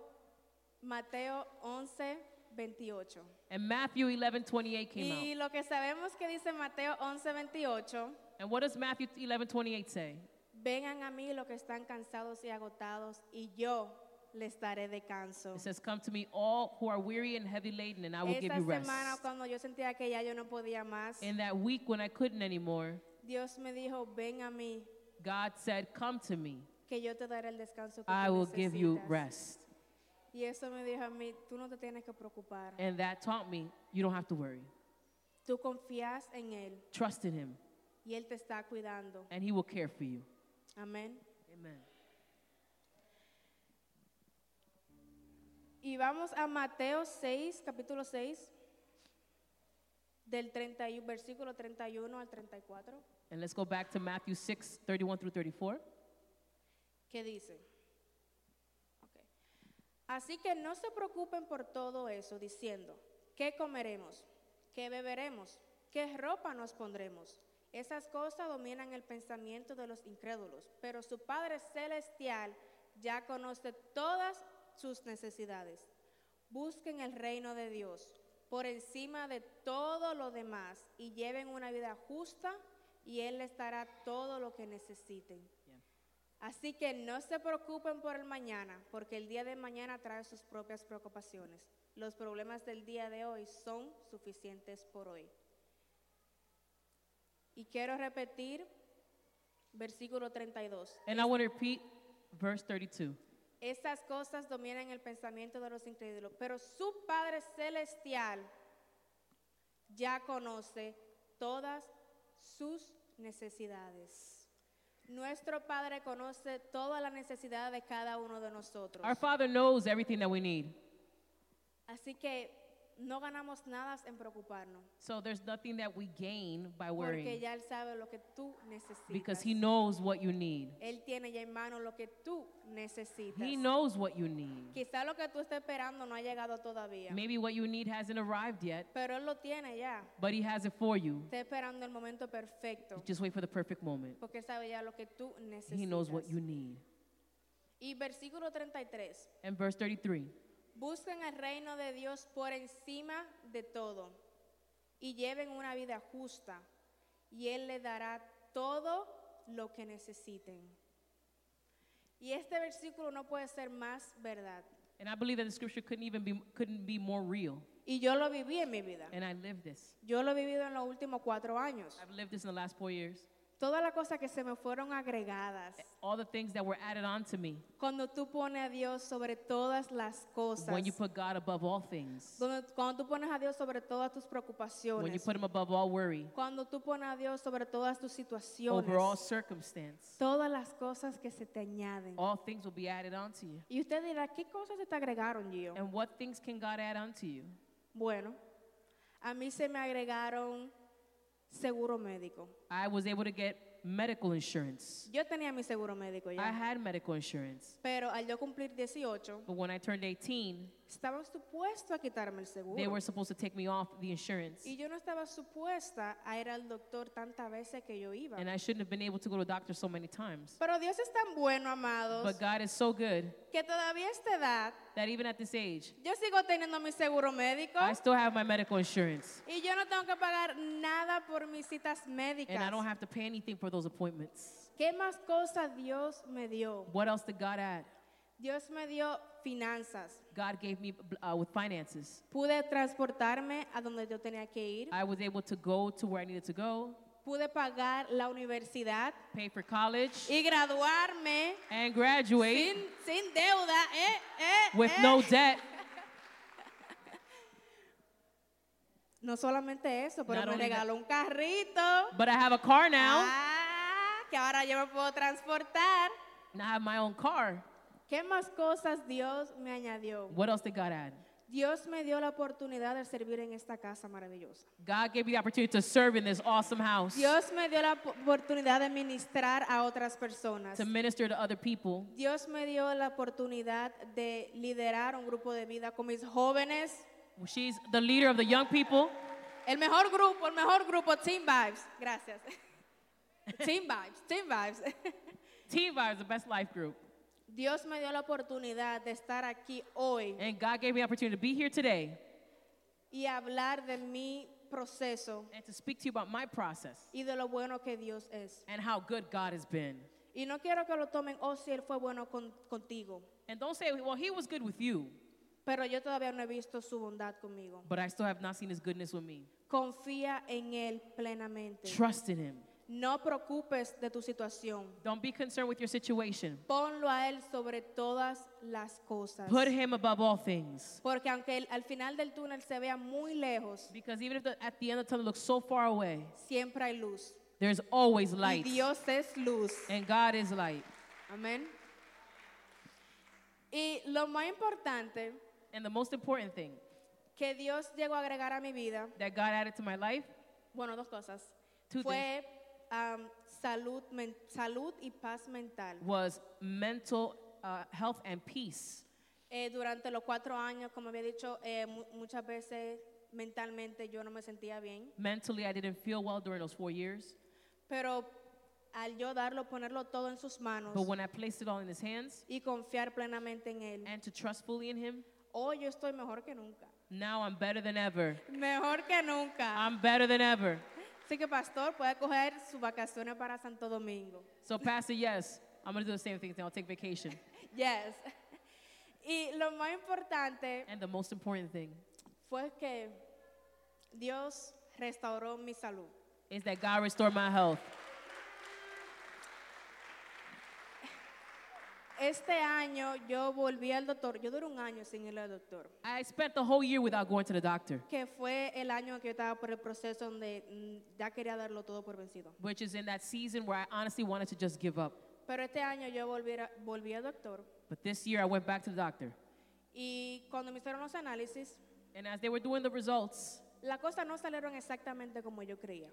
S2: Mateo 11, 28.
S3: and Matthew 11:28 came
S2: Y
S3: out.
S2: lo que sabemos que dice Mateo 11, 28,
S3: And what does Matthew 11:28 say?
S2: vengan a mí los que están cansados y agotados y yo les daré descanso.
S3: It says, "Come to me all who are weary and heavy laden and I will give
S2: Esa
S3: you rest."
S2: semana cuando yo sentía que ya yo no podía más,
S3: In that week when I couldn't anymore,
S2: Dios me dijo, ven a mí,
S3: God said, "Come to me.
S2: que yo te daré el descanso que
S3: I
S2: tú
S3: will give you
S2: necesitas".
S3: rest."
S2: Y eso me dijo a mí, tú no te tienes que preocupar.
S3: And that taught me, you don't have to worry.
S2: Tú confías en Él
S3: Trust in him
S2: y Él te está cuidando.
S3: and he will care for you.
S2: Amén.
S3: Amen.
S2: Y vamos a Mateo 6, capítulo 6, del 31, versículo 31 al 34,
S3: And let's go back to Matthew 6, 31 through 34.
S2: que dice, ok, así que no se preocupen por todo eso, diciendo, ¿qué comeremos? ¿Qué beberemos? ¿Qué ropa nos pondremos? Esas cosas dominan el pensamiento de los incrédulos, pero su Padre Celestial ya conoce todas sus necesidades. Busquen el reino de Dios por encima de todo lo demás y lleven una vida justa y Él les dará todo lo que necesiten. Así que no se preocupen por el mañana, porque el día de mañana trae sus propias preocupaciones. Los problemas del día de hoy son suficientes por hoy. Y quiero repetir versículo 32.
S3: And I want to repeat verse 32.
S2: Estas cosas dominan el pensamiento de los incrédulos, pero su Padre Celestial ya conoce todas sus necesidades. Nuestro Padre conoce todas las necesidades de cada uno de nosotros.
S3: Our Father knows everything that we need.
S2: Así que no ganamos nada en preocuparnos.
S3: So there's nothing that we gain by
S2: Porque
S3: worrying
S2: ya Él sabe lo que tú necesitas.
S3: because He knows what you need.
S2: Él tiene ya en mano lo que tú necesitas.
S3: He knows what you need.
S2: Quizá lo que tú estás esperando no ha llegado todavía,
S3: Maybe what you need hasn't arrived yet,
S2: pero Él lo tiene ya.
S3: but He has it for you.
S2: Está esperando el momento perfecto,
S3: Just wait for the perfect moment.
S2: porque Él sabe ya lo que tú necesitas.
S3: He knows what you need.
S2: Y versículo 33.
S3: And verse 33
S2: Busquen el reino de Dios por encima de todo y lleven una vida justa y Él le dará todo lo que necesiten. Y este versículo no puede ser más verdad.
S3: And I believe that the scripture couldn't even be couldn't be more real.
S2: Y yo lo viví en mi vida.
S3: And I lived this.
S2: Yo lo he vivido en los últimos cuatro años.
S3: I've lived this in the last four years.
S2: Todas las cosas que se me fueron agregadas.
S3: All the things that were added on to me
S2: Cuando tú pones a Dios sobre todas las cosas.
S3: when you put God above all things,
S2: Donde- cuando tú pones a Dios sobre todas tus
S3: when you
S2: preocupaciones.
S3: put Him above all worry,
S2: Cuando tú pones a Dios sobre todas tus situaciones,
S3: over all circumstance,
S2: todas las cosas que se te añaden.
S3: all things will be added on to you.
S2: Y usted dirá, ¿qué cosas se te agregaron, Gio?
S3: And what things can God add on to you?
S2: Bueno, a mí se me agregaron seguro médico.
S3: I was able to get medical insurance.
S2: Yo tenía mi seguro médico
S3: I
S2: ya.
S3: had medical insurance.
S2: Pero al yo cumplir 18,
S3: But when I turned 18,
S2: estaban supuestos a quitarme el
S3: they
S2: seguro.
S3: were supposed to take me off the insurance.
S2: Y yo no estaba supuesta a ir al doctor tantas veces que yo iba.
S3: And I shouldn't have been able to go to the doctor so many times.
S2: Pero Dios es tan bueno, amados,
S3: But God is so good
S2: que todavía a esta edad
S3: that even at this age,
S2: yo sigo teniendo mi seguro médico.
S3: I still have my medical insurance.
S2: Y yo no tengo que pagar nada por mis citas
S3: And I
S2: médicas.
S3: don't have to pay anything for those appointments.
S2: ¿Qué más cosas Dios me dio?
S3: What else did God add?
S2: Dios me dio finanzas.
S3: God gave me uh, with finances.
S2: Pude transportarme a donde yo tenía que ir.
S3: I was able to go to where I needed to go,
S2: Pude pagar la universidad
S3: pay for college,
S2: y graduarme
S3: and graduate
S2: sin, sin deuda. eh, eh,
S3: with
S2: eh.
S3: no debt.
S2: No solamente eso, pero
S3: Not
S2: me
S3: only that-
S2: regaló un carrito
S3: But I have a car now,
S2: ah, que ahora yo me puedo transportar.
S3: and I have my own car.
S2: ¿Qué más cosas Dios me añadió?
S3: What else did God add?
S2: Dios me dio la oportunidad de servir en esta casa maravillosa.
S3: God gave me the opportunity to serve in this awesome house,
S2: Dios me dio la po- oportunidad de ministrar a otras personas.
S3: to minister to other people.
S2: Dios me dio la oportunidad de liderar un grupo de vida con mis jóvenes.
S3: She's the leader of the young people,
S2: El mejor grupo, el mejor grupo, Team Vibes. Gracias. Team Vibes, Team Vibes.
S3: Team Vibes, the best life group.
S2: Dios me dio la oportunidad de estar aquí hoy
S3: And God gave me the opportunity to be here today
S2: y hablar de mi proceso
S3: and to speak to you about my process
S2: y de lo bueno que Dios es.
S3: and how good God has been.
S2: Y no quiero que lo tomen, oh, si Él fue bueno con- contigo.
S3: And don't say, well, he was good with you,
S2: Pero yo todavía no he visto su bondad conmigo.
S3: but I still have not seen his goodness with me.
S2: Confía en Él plenamente.
S3: Trust in him.
S2: No preocupes de tu situación.
S3: Don't be concerned with your situation.
S2: Ponlo a Él sobre todas las cosas.
S3: Put him above all things.
S2: Porque aunque el- al final del túnel se vea muy lejos,
S3: Because even if the, at the end of the tunnel looks so far away,
S2: siempre hay luz.
S3: there's always
S2: Y
S3: light.
S2: Dios es luz.
S3: And God is light.
S2: Amén. Y lo más importante
S3: And the most important thing
S2: que Dios llegó a agregar a mi vida,
S3: that God added to my life,
S2: bueno, dos cosas,
S3: Two
S2: fue um, salud, men- salud y paz mental.
S3: was mental uh, health and peace.
S2: Eh, durante los cuatro años, como había dicho, eh, mu- muchas veces mentalmente yo no me sentía bien,
S3: Mentally, I didn't feel well during those four years,
S2: pero al yo darlo, ponerlo todo en sus manos
S3: but when I placed it all in His hands
S2: y confiar plenamente en Él,
S3: and to trust fully in Him,
S2: hoy yo estoy mejor que nunca.
S3: now I'm better than ever.
S2: Mejor que nunca.
S3: I'm better than ever.
S2: Así que, pastor, puede coger sus vacaciones para Santo Domingo.
S3: So, Pastor, yes, I'm gonna do the same thing. Then I'll take vacation.
S2: Yes. Y lo más importante
S3: And the most important thing
S2: fue que Dios restauró mi salud.
S3: is that God restored my health.
S2: Este año yo volví al doctor. Yo duré un año sin ir al doctor.
S3: I spent the whole year without going to the doctor,
S2: que fue el año en que yo estaba por el proceso donde mm, ya quería darlo todo por vencido.
S3: which is in that season where I honestly wanted to just give up.
S2: Pero este año yo volví, a- volví al doctor
S3: But this year, I went back to the doctor,
S2: y cuando me hicieron los análisis,
S3: And as they were doing the results,
S2: Las cosas no salieron exactamente como yo creía.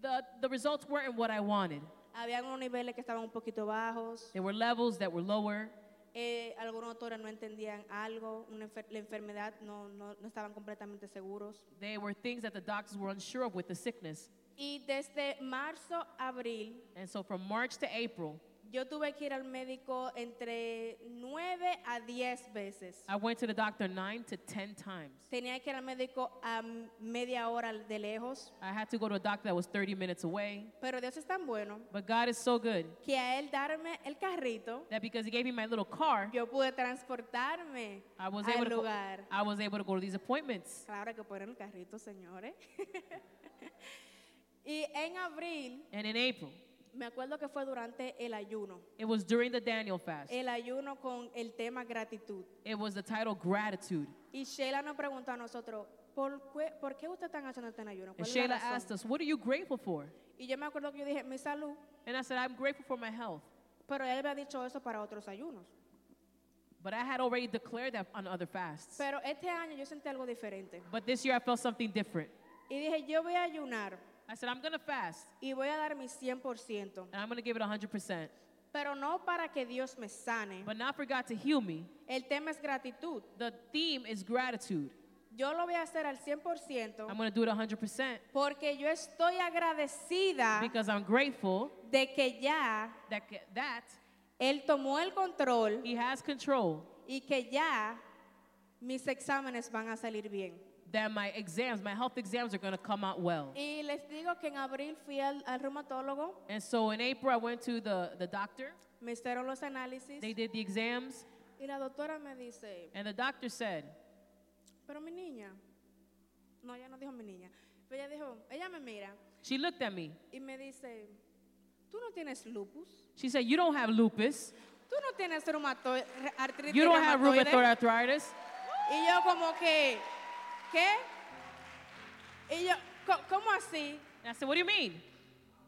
S3: the, the results weren't what I wanted.
S2: Habían unos niveles que estaban un poquito bajos,
S3: There were levels that were lower.
S2: eh, algunos doctores no entendían algo, una enfer- la enfermedad no, no- no estaban completamente seguros.
S3: There were things that the doctors were unsure of with the sickness.
S2: Y desde marzo, abril,
S3: And so from March to April,
S2: yo tuve que ir al médico entre 9 a 10 veces.
S3: I went to the doctor nine to 10 times.
S2: Tenía que ir al médico a m- media hora de lejos,
S3: I had to go to a doctor that was 30 minutes away.
S2: pero Dios es tan bueno
S3: But God is so good
S2: que a él darme el carrito,
S3: that because He gave me my little car,
S2: yo pude transportarme
S3: I was able
S2: al
S3: to go,
S2: lugar.
S3: I was able to go to these appointments.
S2: Claro que ponen el carrito, señores. y en abril,
S3: And in April,
S2: me acuerdo que fue durante el ayuno.
S3: it was during the Daniel fast.
S2: El ayuno con el tema gratitud.
S3: It was the title gratitude.
S2: Y Sheila nos preguntó a nosotros, ¿por qué, ¿por qué ustedes están haciendo este ayuno?
S3: And
S2: ¿Cuál es la
S3: Shayla
S2: razón?"
S3: asked us, "What are you grateful for?"
S2: Y yo me acuerdo que yo dije, mi salud.
S3: And I said, "I'm grateful for my health."
S2: Pero ella había dicho eso para otros ayunos.
S3: But I had already declared that on other fasts.
S2: Pero este año yo sentí algo diferente.
S3: But this year I felt something different.
S2: Y dije, yo voy a ayunar
S3: I said, "I'm going to fast
S2: y voy a dar mi 100%.
S3: and I'm going to give it 100%,
S2: Pero no para que Dios me sane.
S3: but not for God to heal me.
S2: El tema es gratitud.
S3: The theme is gratitude.
S2: Yo lo voy a hacer al 100%
S3: I'm going to do it 100%
S2: porque yo estoy agradecida
S3: because I'm grateful
S2: de que ya
S3: that that
S2: Él tomó el control
S3: he has control
S2: y que ya mis exámenes van a salir bien.
S3: that my exams, my health exams are going to come out well.
S2: Y les digo que en abril fui al, al reumatólogo,
S3: And so in April I went to the the doctor.
S2: me hicieron los análisis
S3: They did the exams
S2: y la doctora me dice,
S3: and the doctor said,
S2: pero mi niña, no, ella no dijo mi niña, pero ella dijo, ella me mira
S3: she looked at me.
S2: y me dice, tú no tienes lupus,
S3: She said, "You don't have lupus.
S2: tú no tienes reumato- re- artritis
S3: You don't have
S2: reumatoide".
S3: rheumatoid arthritis."
S2: Y yo como que, ¿qué? Y yo, "Co- ¿cómo así?
S3: And I said, "What do you mean?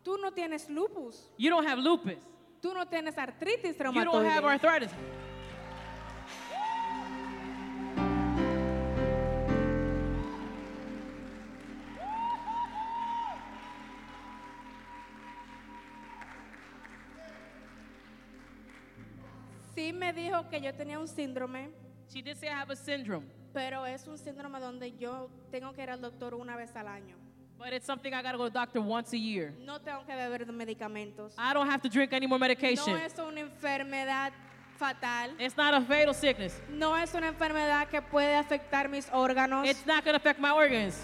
S2: Tú no tienes lupus,
S3: You don't have lupus.
S2: tú no tienes artritis
S3: You don't have
S2: reumatoide.
S3: arthritis."
S2: Sí me dijo que yo tenía un síndrome,
S3: She did say I have a syndrome,
S2: pero es un síndrome donde yo tengo que ir al doctor una vez al año.
S3: but it's something I got to go to the doctor once a year.
S2: No tengo que beber de medicamentos.
S3: I don't have to drink any more medication.
S2: No es una enfermedad fatal.
S3: It's not a fatal sickness.
S2: No es una enfermedad que puede afectar mis órganos.
S3: It's not going to affect my organs.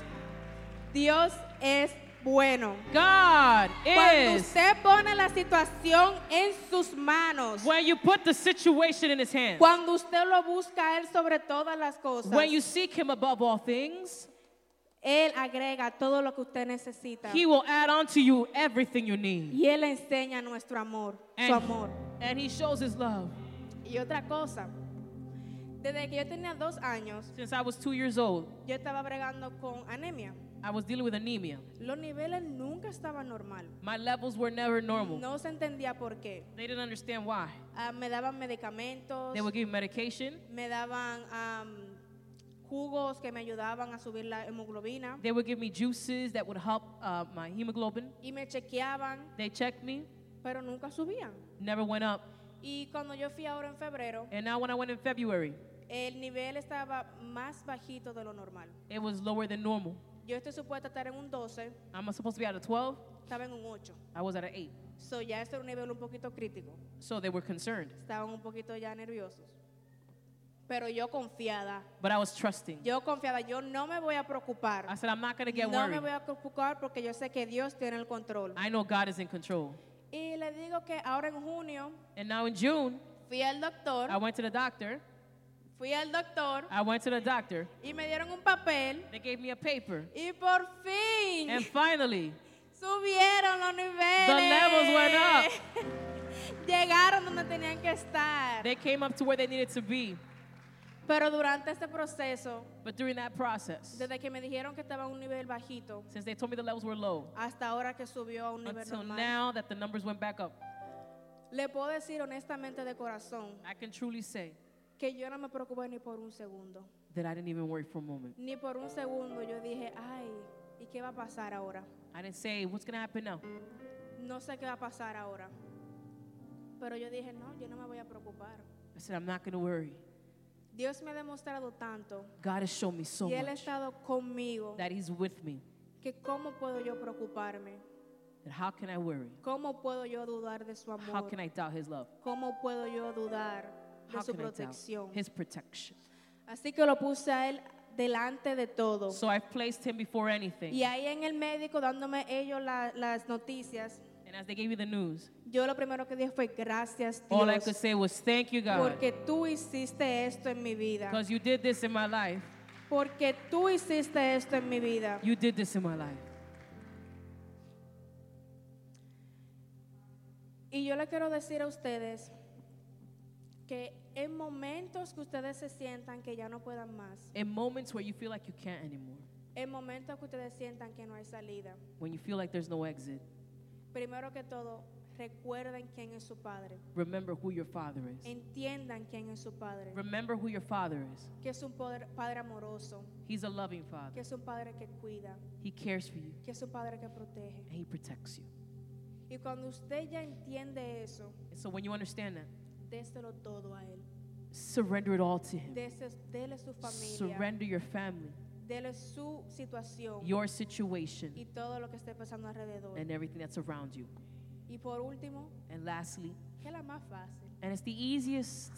S2: Dios es bueno.
S3: God
S2: Cuando
S3: is
S2: usted pone la situación en sus manos,
S3: when you put the situation in his hands.
S2: cuando usted lo busca a Él sobre todas las cosas,
S3: When you seek him above all things,
S2: Él agrega todo lo que usted necesita.
S3: he will add on to you everything you need.
S2: Y Él enseña nuestro amor, su amor.
S3: and he shows his love.
S2: Y otra cosa, desde que yo tenía dos años,
S3: Since I was two years old,
S2: yo estaba bregando con anemia.
S3: I was dealing with anemia.
S2: Los niveles nunca estaban normal.
S3: My levels were never normal.
S2: No se entendía por qué.
S3: They didn't understand why.
S2: Ah, me daban medicamentos,
S3: They would give me medication.
S2: me daban am, jugos que me ayudaban a subir la hemoglobina
S3: They would give me juices that would help uh, my hemoglobin.
S2: y me chequeaban,
S3: They checked me,
S2: pero nunca subían.
S3: never went up.
S2: Y cuando yo fui ahora en febrero,
S3: And now when I went in February,
S2: el nivel estaba más bajito de lo normal.
S3: it was lower than normal.
S2: Yo estoy supuesta a estar en un 12,
S3: I'm supposed to be at a 12.
S2: estaba en un 8.
S3: I was at an 8.
S2: So ya ese era un nivel un poquito crítico.
S3: So they were concerned.
S2: Estaban un poquito ya nerviosos. Pero yo confiada,
S3: But I was trusting.
S2: yo confiada, yo no me voy a
S3: I
S2: preocupar.
S3: said, I'm not going to get
S2: No me
S3: worried.
S2: voy a preocupar porque yo sé que Dios tiene el control.
S3: I know God is in control.
S2: Y le digo que ahora en junio
S3: And now in June,
S2: fui al doctor,
S3: I went to the doctor.
S2: fui al doctor
S3: I went to the doctor.
S2: y me dieron un papel
S3: They gave me a paper.
S2: y por fin
S3: And finally,
S2: subieron los niveles.
S3: Em. The levels went
S2: Llegaron donde tenían que estar.
S3: they came up to where they needed to be.
S2: Pero durante este proceso,
S3: But during that process,
S2: desde que me dijeron que estaba a un nivel bajito,
S3: since they told me the levels were low,
S2: hasta ahora que subió a un nivel
S3: until
S2: normal,
S3: now that the numbers went back up,
S2: le puedo decir honestamente de corazón
S3: I can truly say
S2: que yo no me preocupé ni por un segundo.
S3: that I didn't even worry for a moment.
S2: Ni por un segundo yo dije, ay, ¿y qué va a pasar ahora?
S3: I didn't say, what's going to happen now?
S2: No sé qué va a pasar ahora. Pero yo dije, no, yo no me voy a preocupar.
S3: I said, I'm not going to worry.
S2: Dios me ha demostrado tanto
S3: God has shown me so
S2: y Él ha
S3: much
S2: estado conmigo
S3: that He's with me.
S2: que cómo puedo yo preocuparme,
S3: That how can I worry?
S2: cómo puedo yo dudar de su
S3: How
S2: amor,
S3: can I doubt His love?
S2: cómo puedo yo dudar
S3: How
S2: de su
S3: can I doubt
S2: protección.
S3: His protection?
S2: Así que lo puse a Él delante de todo.
S3: So I placed Him before anything.
S2: Y ahí en el médico dándome ellos la- las noticias,
S3: And as they gave me the news,
S2: yo lo primero que dije fue gracias
S3: all I could
S2: Dios
S3: say was, thank you, God.
S2: porque tú hiciste esto en mi vida,
S3: Because you did this in my life.
S2: porque tú hiciste esto en mi vida.
S3: You did this in my life.
S2: Y yo le quiero decir a ustedes que en momentos que ustedes se sientan que ya no puedan más,
S3: In moments where you feel like you can't anymore,
S2: en momentos que ustedes sientan que no hay salida,
S3: when you feel like there's no exit,
S2: primero que todo, recuerden quién es su padre.
S3: remember who your father is.
S2: Entiendan quién es su padre,
S3: Remember who your father is.
S2: que es un poder- padre amoroso,
S3: He's a loving father.
S2: que es un padre que cuida,
S3: He cares for you
S2: que es un padre que protege.
S3: and he protects you.
S2: Y cuando usted ya entiende eso,
S3: And so when you understand that,
S2: déselo todo a él.
S3: surrender it all to him.
S2: Dese- Dele su familia,
S3: Surrender your family,
S2: dele su situación
S3: your situation,
S2: y todo lo que esté pasando alrededor.
S3: and everything that's around you.
S2: Y por último,
S3: And lastly,
S2: que es la más fácil,
S3: and it's the easiest,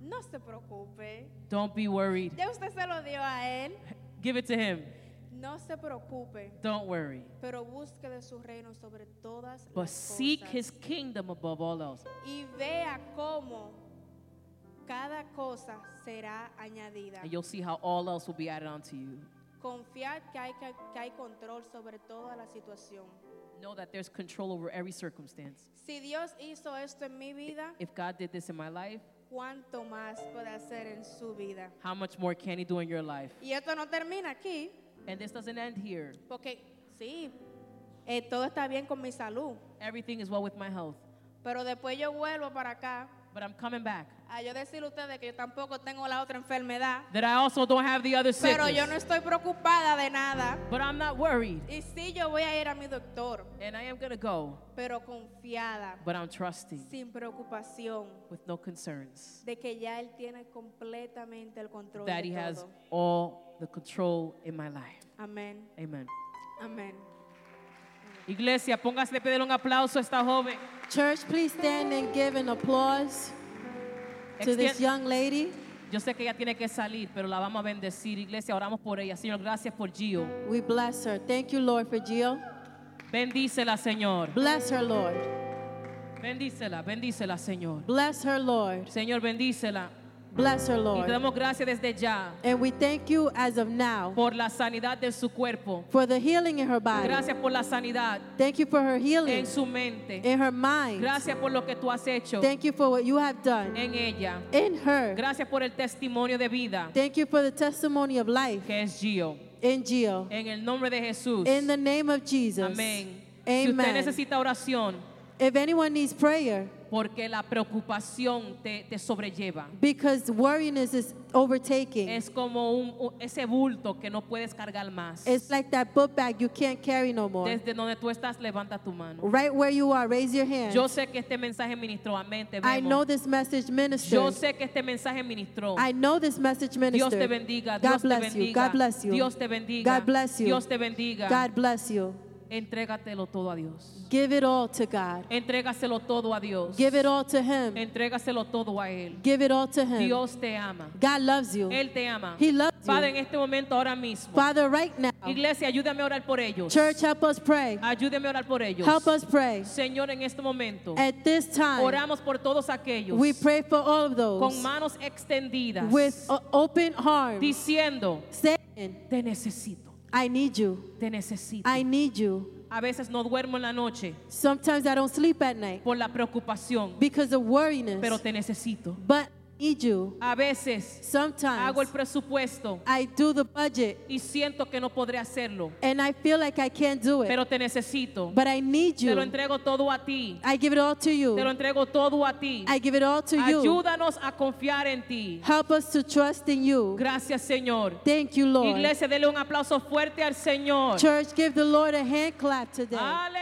S2: no se preocupe.
S3: don't be worried.
S2: Ya usted se lo dio a él,
S3: Give it to him.
S2: no se preocupe,
S3: Don't worry.
S2: pero busque de su reino sobre todas
S3: But
S2: las
S3: seek
S2: cosas.
S3: his kingdom above all else.
S2: y vea cómo cada cosa será añadida.
S3: And you'll see how all else will be added onto you.
S2: Confiar que hay, que, que hay control sobre toda la situación.
S3: Know that there's control over every circumstance.
S2: Si Dios hizo esto en mi vida,
S3: If God did this in my life,
S2: ¿cuánto más puede hacer en su vida?
S3: how much more can he do in your life?
S2: Y esto no termina aquí,
S3: And this doesn't end here.
S2: porque sí, eh, todo está bien con mi salud,
S3: Everything is well with my health.
S2: pero después yo vuelvo para acá
S3: But I'm coming back.
S2: a yo decirle a ustedes que yo tampoco tengo la otra enfermedad,
S3: That I also don't have the other
S2: pero
S3: sickness.
S2: yo no estoy preocupada de nada.
S3: but I'm not worried.
S2: Y sí, yo voy a ir a mi doctor,
S3: And I am going to go.
S2: pero confiada,
S3: But I'm trusting
S2: sin preocupación
S3: with no concerns
S2: de que ya Él tiene completamente el control
S3: that
S2: de
S3: He has
S2: todo.
S3: all the control in my life.
S2: Amén,
S3: Amen.
S2: amén.
S3: Iglesia, póngase de pedirle un aplauso a esta joven.
S4: Church, please stand and give an applause to this
S3: Extien-
S4: young lady.
S3: Yo sé que ella tiene que salir, pero la vamos a bendecir. Iglesia, oramos por ella. Señor, gracias por Gio.
S4: We bless her. Thank you, Lord, for Jill.
S3: Bendícela, Señor.
S4: Bless her, Lord.
S3: Bendícela, bendícela, Señor.
S4: Bless her, Lord.
S3: Señor, bendícela.
S4: Bless her,
S3: Y te
S4: Lord.
S3: damos gracias desde ya
S4: And we thank you as of now
S3: por la sanidad de su cuerpo.
S4: for the healing in her body.
S3: Gracias por la sanidad
S4: Thank you for her
S3: en
S4: healing
S3: su mente.
S4: in her mind.
S3: Gracias por lo que tú has hecho
S4: Thank you for what you have done
S3: en ella.
S4: in her.
S3: Gracias por el testimonio de vida
S4: Thank you for the testimony of life
S3: que es Gio.
S4: in Jill.
S3: En el nombre de Jesús.
S4: In the name of Jesus.
S3: Amén. Si usted
S4: Amen.
S3: necesita oración
S4: If anyone needs prayer,
S3: porque la preocupación te, te sobrelleva,
S4: because worryness is overtaking,
S3: es como un, u- ese bulto que no puedes cargar más.
S4: it's like that book bag you can't carry no more.
S3: Desde donde tú estás, levanta tu mano.
S4: Right where you are, raise your hand.
S3: Yo sé que este mensaje ministró a mente.
S4: I know this message
S3: Yo
S4: ministers.
S3: sé que este mensaje ministró.
S4: I know this message
S3: Dios
S4: ministers.
S3: te bendiga,
S4: God
S3: Dios te
S4: bless you.
S3: bendiga,
S4: God bless you.
S3: Dios te bendiga,
S4: God bless you.
S3: Dios te bendiga.
S4: God bless you.
S3: Entrégatelo todo a Dios.
S4: Give it all to God.
S3: Entrégaselo todo a Dios.
S4: Give it all to Him.
S3: Entrégaselo todo a Él.
S4: Give it all to Him.
S3: Dios te ama.
S4: God loves you.
S3: Él te ama.
S4: He loves you.
S3: Padre, en este momento, ahora mismo.
S4: Father, right now,
S3: Iglesia, ayúdame a orar por ellos.
S4: church, help us pray.
S3: Ayúdame a orar por ellos.
S4: Help us pray.
S3: Señor, en este momento,
S4: At this time,
S3: oramos por todos aquellos
S4: we pray for all of
S3: con
S4: those
S3: manos extendidas,
S4: with o- open arms,
S3: diciendo,
S4: saying,
S3: te necesito,
S4: I need you.
S3: te necesito.
S4: I need you.
S3: A veces no duermo en la noche
S4: Sometimes I don't sleep at night
S3: por la preocupación,
S4: because
S3: pero
S4: of worriness,
S3: te necesito.
S4: but y yo.
S3: A veces hago el
S4: Sometimes
S3: presupuesto
S4: I do the budget
S3: y siento que no podré hacerlo,
S4: and I feel like I can't do it.
S3: pero te necesito.
S4: Pues, But I need
S3: Te lo
S4: you.
S3: entrego todo a ti.
S4: I give it all to
S3: Te lo
S4: you.
S3: entrego todo a ti.
S4: I give it all to you.
S3: Ayúdanos a confiar en ti.
S4: Help us to trust in you.
S3: Gracias, Señor.
S4: Thank you, Lord.
S3: Iglesia, dele un aplauso fuerte al Señor.
S4: Church, give the Lord a hand clap today.
S3: Aleluya.